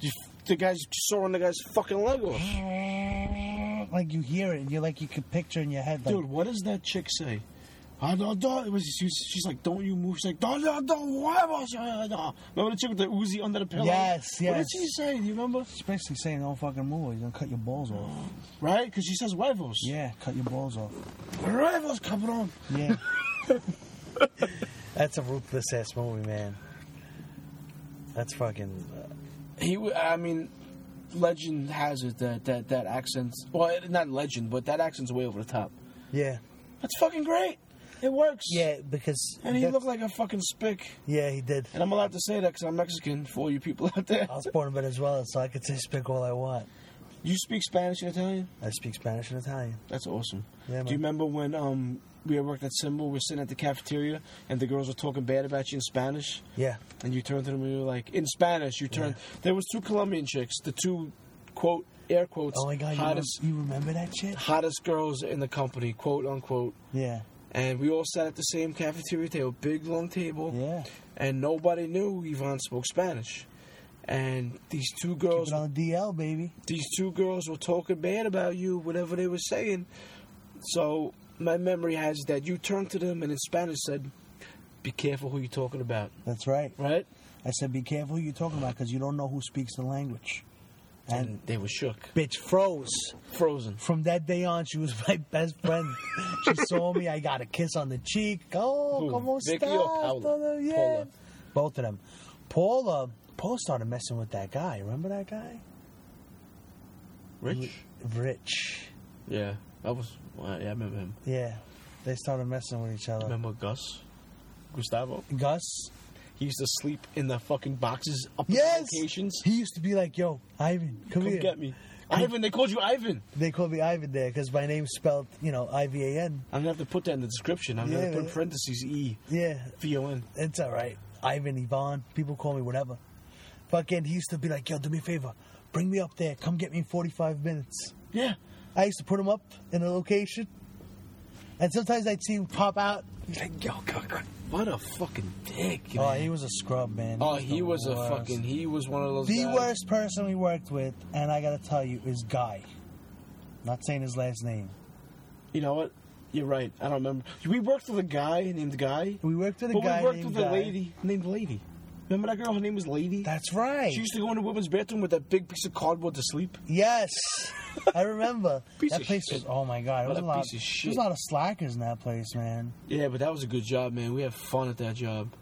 S1: you the guy's sawing the guy's fucking leg off.
S4: Like you hear it, and you're like you can picture in your head. Like,
S1: Dude, what does that chick say? I don't know. It was she, she's like, don't you move. She's like, don't, don't, don't. Why was I- uh, Remember the chick with the Uzi under the pillow?
S4: Yes,
S1: What did
S4: yes.
S1: she say? Do you remember?
S4: it's basically saying, "Don't fucking move. You're gonna cut your balls
S1: Oh,
S4: off."
S1: Right? Because she says huevos.
S4: Yeah, cut your balls off.
S1: Huevos, cabrón.
S4: Yeah. That's a ruthless ass movie, man. That's fucking. Uh,
S1: He, w- I mean, legend has it that that that accent's well, not legend, but that accent's way over the top.
S4: yeah.
S1: That's fucking great. It works.
S4: Yeah, because.
S1: And he
S4: that's-
S1: looked like a fucking spick.
S4: Yeah, he did.
S1: And I'm allowed to say that because I'm Mexican for all you people out there.
S4: I was born in Venezuela, so I could say speak all I want.
S1: You speak Spanish and Italian?
S4: I speak Spanish and Italian.
S1: That's awesome.
S4: Yeah,
S1: Do you
S4: man.
S1: remember when um, we worked at Symbol? We're sitting at the cafeteria and the girls were talking bad about you in Spanish.
S4: Yeah.
S1: And you turned to them and you were like, in Spanish, you turned. There was two Colombian chicks, the two, quote, air quotes,
S4: Oh my god, you, rem-
S1: hottest,
S4: you remember that shit?
S1: hottest girls in the company, quote unquote.
S4: Yeah.
S1: And we all sat at the same cafeteria table, big long table.
S4: Yeah.
S1: And nobody knew Yvonne spoke Spanish. And these two girls
S4: Keep it on the DL, baby.
S1: these two girls were talking bad about you, whatever they were saying. So my memory has that you turned to them and in Spanish said, "Be careful who you're talking about."
S4: That's right.
S1: Right?
S4: I said, be careful who you're talking about because you don't know who speaks the language. And
S1: And they were shook,
S4: bitch froze.
S1: frozen.
S4: From that day on, she was my best friend. she saw me. I got a kiss on the cheek. Oh,
S1: Who,
S4: como
S1: Vicky
S4: estás?
S1: or Paula?
S4: todo bien?
S1: Paula.
S4: Both of them. Paula, Paula started messing with that guy. Remember that guy?
S1: Rich?
S4: Rich.
S1: Mm-hmm. Yeah, I was. well, yeah, I remember him.
S4: Yeah. They started messing with each other.
S1: Remember Gus? Gustavo?
S4: Gus,
S1: He used to sleep in the fucking boxes up
S4: Yes.
S1: at the locations.
S4: He used to be like, "Yo, Ivan, come,
S1: Come
S4: here."
S1: get me, Ivan. They called you Ivan.
S4: They called me Ivan there because my name's spelled, you know, I V A N.
S1: I'm gonna have to put that in the description. I'm
S4: Yeah,
S1: gonna put
S4: man.
S1: in parentheses E
S4: Yeah,
S1: V O N.
S4: it's all right. Ivan, Ivan. People call me whatever. Fucking, he used to be like, "Yo, do me a favor, bring me up there. Come get me in 45 minutes."
S1: Yeah.
S4: I used to put him up in a location, and sometimes I'd see him pop out. He's like, "Yo, go, go."
S1: What a fucking dick.
S4: Oh,
S1: man.
S4: he was a scrub, man.
S1: Oh, he
S4: the
S1: was a
S4: worst.
S1: fucking. He was one of those.
S4: The
S1: guys.
S4: worst person we worked with, and I gotta tell you, is Guy. Not saying his last name.
S1: You know what? You're right. I don't remember. We worked with a guy named Guy.
S4: We worked with a
S1: but
S4: guy
S1: we worked
S4: named
S1: with
S4: Guy.
S1: a lady named Lady. Remember that girl? Her name was Lady.
S4: That's right.
S1: she used to go in the women's bathroom with that big piece of cardboard to sleep.
S4: Yes, I remember
S1: Piece
S4: that
S1: of
S4: place
S1: shit.
S4: was. Oh my god, it
S1: What
S4: was
S1: a
S4: a lot.
S1: piece of
S4: There
S1: shit.
S4: was a lot of slackers in that place, man.
S1: Yeah, but that was a good job, man. We had fun at that job.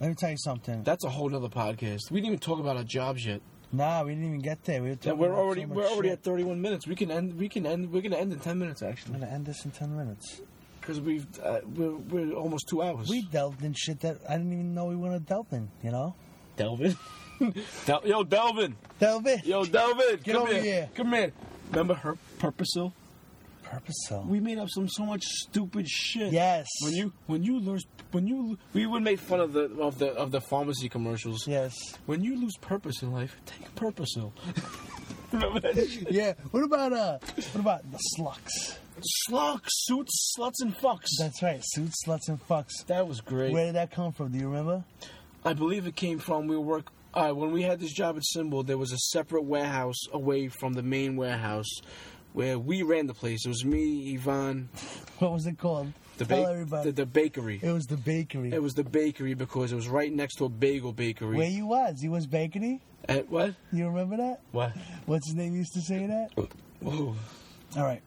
S4: Let me tell you something.
S1: That's a whole nother podcast. We didn't even talk about our jobs yet.
S4: nah, we didn't even get there. We were
S1: Yeah,
S4: talking
S1: we're
S4: about so
S1: already
S4: much
S1: we're already
S4: shit.
S1: at 31 minutes. We can end. We can end. We're gonna end in 10 minutes
S4: I'm
S1: actually,
S4: gonna end this in ten minutes.
S1: because we've uh, we're, we're almost two hours.
S4: We delved in shit that I didn't even know we wanted to delve in. You know,
S1: Delvin. Del- Yo, Delvin.
S4: delve in.
S1: Yo, Delvin,
S4: Get
S1: come
S4: over
S1: here.
S4: here.
S1: Come here. Remember her Purposil?
S4: Purpose so.
S1: We made up some so much stupid shit.
S4: yes.
S1: When you when you lose when you we would make fun of the of the of the pharmacy commercials.
S4: Yes.
S1: When you lose purpose in life, take Purposil. Remember that shit?
S4: Yeah. What about uh? What about the slucks?
S1: Slugs, suits, sluts, and fucks.
S4: That's right. Suits, sluts, and fucks.
S1: that was great.
S4: Where did that come from? Do you remember?
S1: I believe it came from we work. Uh, when we had this job at Symbol, there was a separate warehouse away from the main warehouse where we ran the place. It was me, Yvonne,
S4: What was it called?
S1: the,
S4: Tell
S1: ba-
S4: everybody.
S1: the, the bakery.
S4: it was the bakery.
S1: It was the bakery because it was right next to a bagel bakery.
S4: Where you was? You was bakery.
S1: At what?
S4: You remember that?
S1: What?
S4: What's his name used to say that?
S1: Whoa.
S4: All right.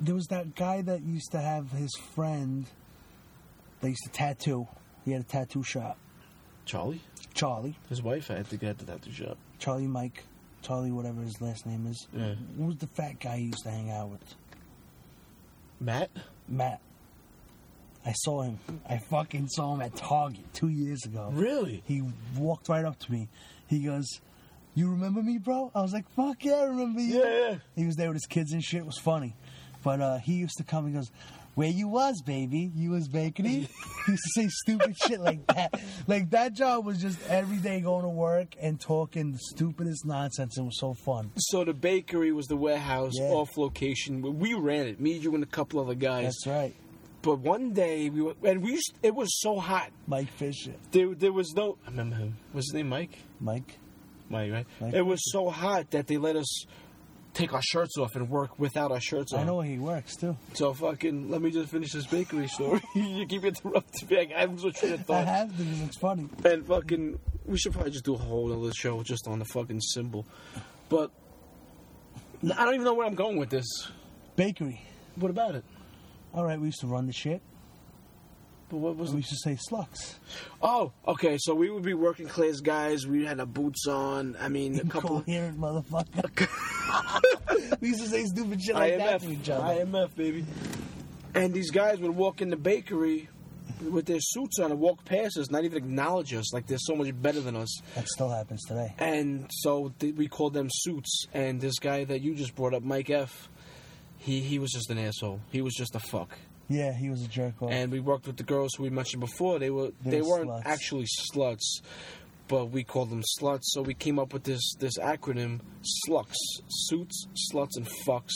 S4: There was that guy that used to have his friend that used to tattoo. He had a tattoo shop.
S1: Charlie?
S4: Charlie.
S1: His wife I had to get at the tattoo shop.
S4: Charlie Mike. Charlie, whatever his last name is.
S1: Yeah.
S4: Who was the fat guy he used to hang out with?
S1: Matt?
S4: Matt. I saw him. I fucking saw him at Target two years ago.
S1: Really?
S4: He walked right up to me. He goes, You remember me, bro? I was like, Fuck yeah, I remember you.
S1: Yeah, yeah.
S4: He was there with his kids and shit. It was funny. But uh, he used to come and goes, where you was, baby? You was baking it? He used to say stupid shit like that. Like that job was just every day going to work and talking the stupidest nonsense. It was so fun.
S1: So the bakery was the warehouse
S4: Yeah.
S1: off location. We ran it, me, you, and a couple other guys.
S4: That's right,
S1: But one day we were, and we used, it was so hot.
S4: Mike Fisher.
S1: There, there was no. I remember him. Was his name Mike?
S4: Mike,
S1: Mike, right?
S4: Mike.
S1: It was so hot that they let us take our shirts off and work without our shirts on.
S4: I know where he works too.
S1: So fucking let me just finish this bakery story. you keep interrupting me. I have no train of
S4: I
S1: thought.
S4: have to. 'cause It's funny.
S1: And fucking, we should probably just do a whole other show just on the fucking symbol. But I don't even know where I'm going with this.
S4: Bakery.
S1: What about it?
S4: All right, we used to run the shit.
S1: But what was
S4: We
S1: it?
S4: used to say slucks.
S1: Oh, okay. So we would be working class guys. We had our boots on. I mean, a couple.
S4: Coherent motherfucker. we used to say stupid shit like that to
S1: IMF,
S4: each other.
S1: IMF, baby. And these guys would walk in the bakery with their suits on and walk past us, not even acknowledge us, like they're so much better than us.
S4: That still happens today.
S1: And so th- we called them suits. And this guy that you just brought up, Mike F, he he was just an asshole. He was just a fuck.
S4: Yeah, he was a jerk off.
S1: And we worked with the girls who we mentioned before. They were
S4: They
S1: they
S4: were
S1: weren't
S4: sluts.
S1: actually sluts, but we called them sluts. So we came up with this this acronym, slucks, suits, sluts, and fucks,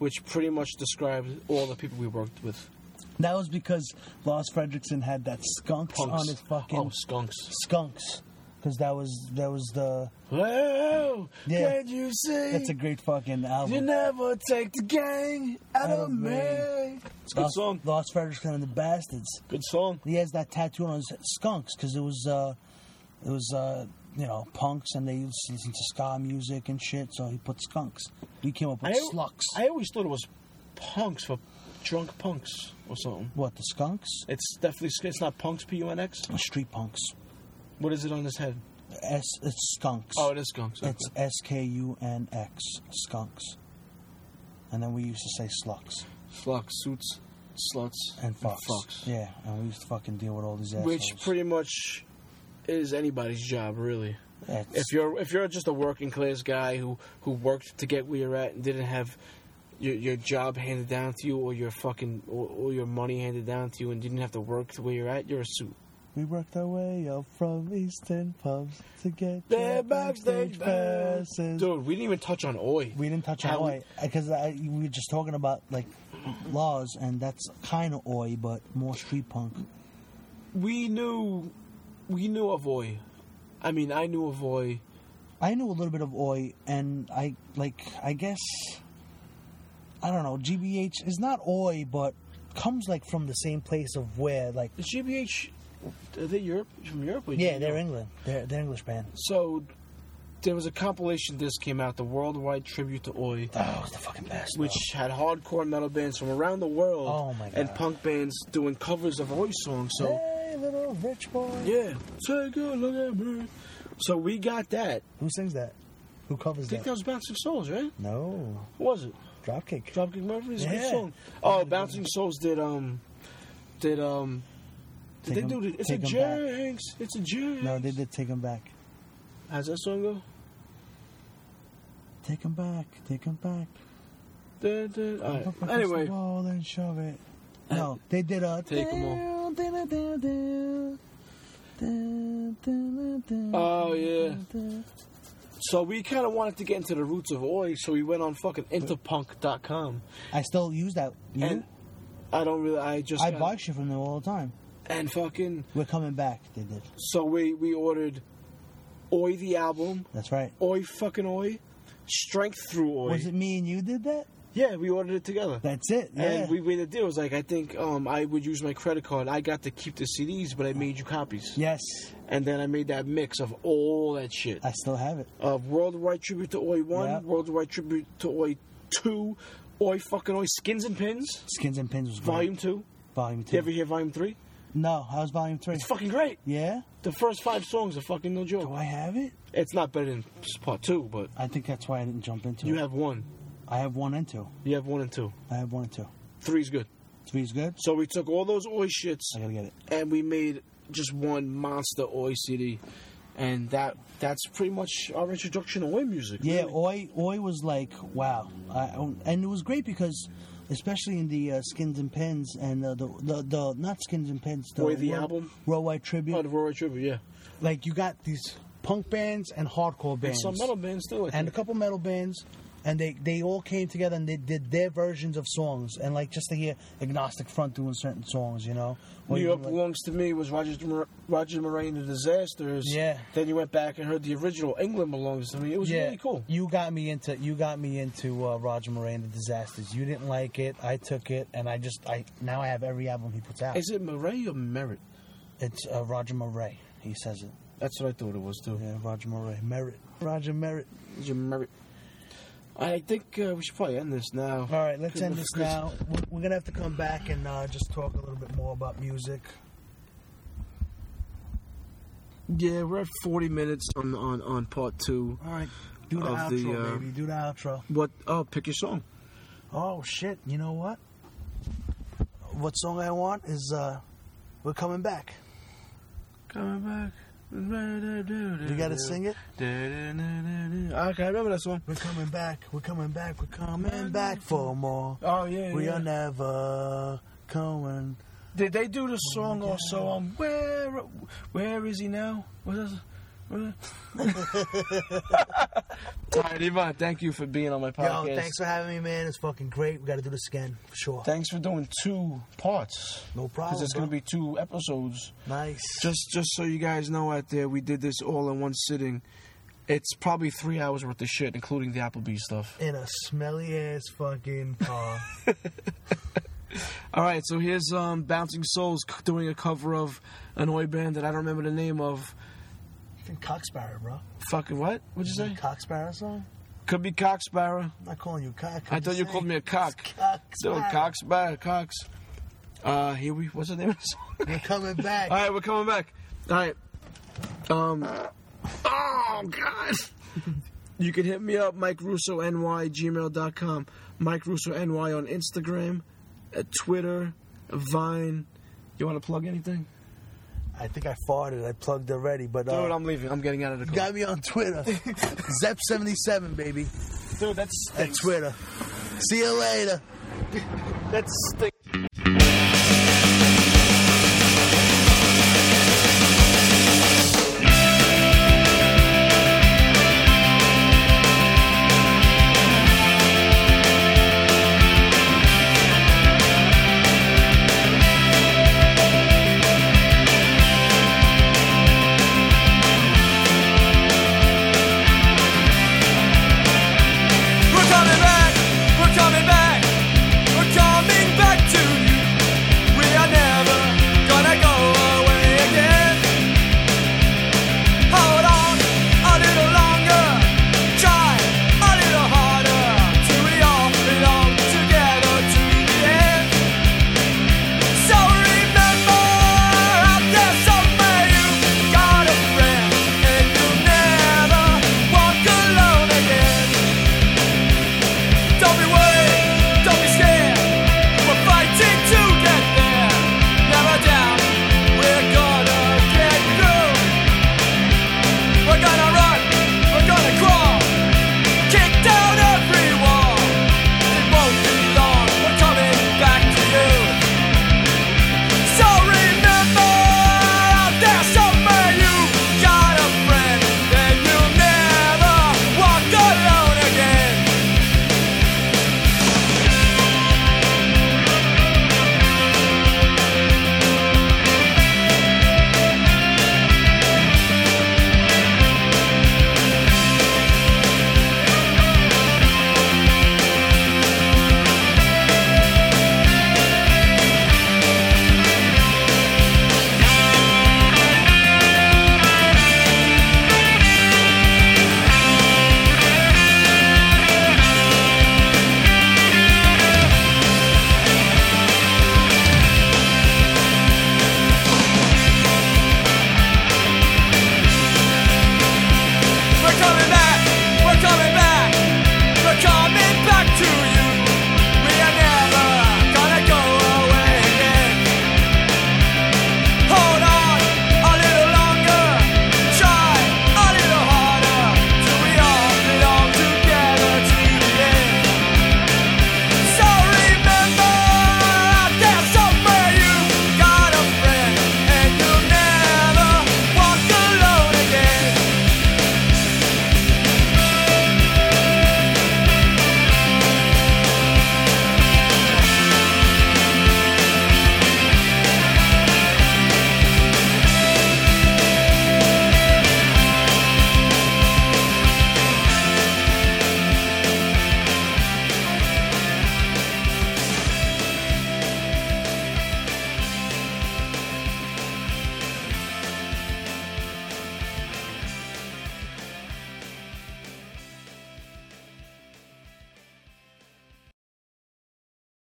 S1: which pretty much described all the people we worked with.
S4: That was because Lars Fredrickson had that skunks
S1: Punks.
S4: on his fucking
S1: oh skunks.
S4: skunks. Because that was that was the
S1: Well,
S4: Yeah.
S1: can you see?
S4: that's a great fucking
S1: you
S4: album.
S1: never take the gang out
S4: Out
S1: of
S4: of
S1: me.
S4: me.
S1: It's a good
S4: Lars-
S1: song.
S4: Lars Fredrickson and the Bastards.
S1: Good song.
S4: He has that tattoo on his skunks because it was uh it was uh you know punks and they used to listen to ska music and shit. So he put skunks. We came up with slucks.
S1: I always thought it was punks for drunk punks or something.
S4: what the skunks?
S1: It's definitely it's not punks p u n x.
S4: Street punks.
S1: What is it on his head?
S4: S it's skunks.
S1: Oh, it is skunks. Okay.
S4: It's S K U N X skunks. And then we used to say slucks
S1: Slugs, suits, sluts,
S4: and fucks. Yeah, and we used to fucking deal with all these assholes.
S1: Which pretty much is anybody's job, really.
S4: That's-
S1: If you're if you're just a working class guy who who worked to get where you're at and didn't have your, your job handed down to you or your fucking or, or your money handed down to you and didn't have to work to where you're at, you're a suit.
S4: we worked our way up from Eastern pubs to get
S1: They're
S4: your backstage
S1: backstage passes.
S4: passes.
S1: Dude, we didn't even touch on Oi.
S4: We didn't touch
S1: How
S4: on
S1: we-
S4: oi because we were just talking about like laws, and that's kind of oi, but more street punk.
S1: we knew we knew of Oi. I mean, I knew of Oi.
S4: I knew a little bit of oi, and I like I guess I don't know. GBH is not oi, but comes like from the same place of where like
S1: Is GBH? Are they Europe from Europe? or
S4: yeah,
S1: you
S4: they're
S1: know?
S4: England, they're, they're English band.
S1: So there was a compilation disc came out, the worldwide tribute to Oi,
S4: Oh, it's the fucking best.
S1: which had hardcore metal bands from around the world
S4: Oh, my
S1: and
S4: God.
S1: punk bands doing covers of Oi songs.
S4: bro.
S1: So
S4: hey, little rich boy.
S1: yeah, take a look at me. So we got that.
S4: Who sings that? Who covers
S1: I think
S4: that?
S1: that was Bouncing Souls, right?
S4: No,
S1: What was it?
S4: Dropkick.
S1: Dropkick Murphys. Yeah. Good
S4: Yeah.
S1: song. Oh, Bouncing Souls did um did um did
S4: Take
S1: they
S4: 'em-
S1: do the, it's a
S4: take 'em back.
S1: jinx. It's a jinx.
S4: No, they did take him back.
S1: How's that song go?
S4: Take him back. Take him back.
S1: Dun, dun. All right.
S4: Up against the
S1: Anyway,
S4: wall and shove it. No, they did a
S1: Take 'em
S4: Uh, all.
S1: Oh, yeah. so we kind of wanted to get into the roots of Oi, so we went on fucking interpunk.com.
S4: I still use that. You?
S1: And I don't really, I just.
S4: I
S1: got-
S4: buy shit from them all the time.
S1: And fucking.
S4: We're coming back. They did.
S1: So we, we ordered Oi the album,
S4: That's right.
S1: Oi fucking Oi, Strength Through Oi.
S4: Was it me and you did that?
S1: Yeah, we ordered it together.
S4: That's it. Yeah.
S1: And we made a deal. It was like, I think um, I would use my credit card. I got to keep the CDs, but I made you copies.
S4: yes,
S1: And then I made that mix of all that shit.
S4: I still have it.
S1: of Worldwide Tribute to Oi 1,
S4: Yep.
S1: Worldwide Tribute to Oi 2, Oi fucking Oi Skins and Pins,
S4: Skins and Pins was great.
S1: Volume 2.
S4: Volume
S1: Did you
S4: two.
S1: ever hear Volume 3?
S4: no, how's Volume three?
S1: It's fucking great.
S4: yeah.
S1: The first five songs are fucking no
S4: Do
S1: joke.
S4: I have it?
S1: It's not better than part 2, but
S4: I think that's why I didn't jump into
S1: you
S4: it.
S1: have one.
S4: I have one and two.
S1: You have one and two.
S4: I have one and two.
S1: Three's good.
S4: Three's good.
S1: So we took all those Oi shits
S4: I gotta get it.
S1: and we made just one monster Oi CD. And that that's pretty much our introduction to Oi music.
S4: Yeah,
S1: really.
S4: oh, Oi, Oi was like, wow, I, and it was great because especially in the uh, Skins and Pens and the, the the the not Skins and Pens the
S1: Boy, the
S4: World-
S1: album?
S4: Worldwide Tribute.
S1: Oh, the Royal Tribute, yeah.
S4: like you got these punk bands and hardcore
S1: And
S4: bands
S1: some metal bands too. I
S4: and a
S1: think.
S4: couple metal bands, and they, they all came together and they did their versions of songs. And like just to hear Agnostic Front doing certain songs, you know. Or
S1: New
S4: even,
S1: York
S4: like-
S1: belongs to me was Roger Mor- Roger Murray and the Disasters.
S4: Yeah.
S1: Then you went back and heard the original England belongs to me. It was really cool.
S4: You got me into you got me into uh, Roger Murray and the Disasters. You didn't like it, I took it, and I just I now I have every album he puts out.
S1: Is it Murray or Merritt?
S4: it's uh, Roger Murray. He says it.
S1: That's what I thought it was too.
S4: Yeah, Roger Murray. Merritt. Roger Merritt.
S1: Roger Merritt. I think uh, we should probably end this now.
S4: All right, let's end this now. We're- We're gonna have to come back and uh, just talk a little bit more about music.
S1: Yeah, we're at 40 minutes on on, on part two.
S4: All right, do the
S1: Of the,
S4: outro,
S1: uh,
S4: baby. Do the outro.
S1: What? Oh, pick your song.
S4: Oh shit! You know what? What song I want is uh, "We're Coming Back."
S1: Coming back.
S4: You
S1: You
S4: gotta sing it.
S1: Okay, I remember that song.
S4: We're coming back. We're coming back. We're coming back for more.
S1: Oh yeah,
S4: We
S1: yeah.
S4: are never coming.
S1: Did they do the song also on where? Where is he now? What is? What is- All right, Ivan. Thank you for being on my
S4: Yo,
S1: podcast.
S4: thanks for having me, man. It's fucking great. We gotta do this again for sure.
S1: Thanks for doing two parts
S4: No
S1: because
S4: problem.
S1: it's gonna
S4: bro.
S1: be two episodes.
S4: nice.
S1: Just just so you guys know out there, we did this all in one sitting. It's probably three hours worth of shit, including the Applebee's stuff.
S4: in a smelly ass fucking car.
S1: All right, so here's um, Bouncing Souls c- doing a cover of an oi band that I don't remember the name of.
S4: Fucking Cocksparrow, bro.
S1: Fucking what? What'd you say?
S4: Cocksparrow song?
S1: Could be Cock Sparrow.
S4: I'm not calling you cock.
S1: I thought you called me a cock. So Cox by Cox. Uh, here we. What's the name of the song?
S4: We're coming back.
S1: All right, we're coming back. All right. Um. Oh God. You can hit me up, Mike Russo NY gmail.com, Mike Russo NY on Instagram, uh, Twitter, Vine. You want to plug anything?
S4: I think I farted. I plugged already, but uh,
S1: Dude, I'm leaving. I'm getting out of the
S4: you
S1: car.
S4: got me on Twitter. Zep77, baby.
S1: Dude, that's
S4: At Twitter. See you later.
S1: that's
S3: We're coming back. We're coming back.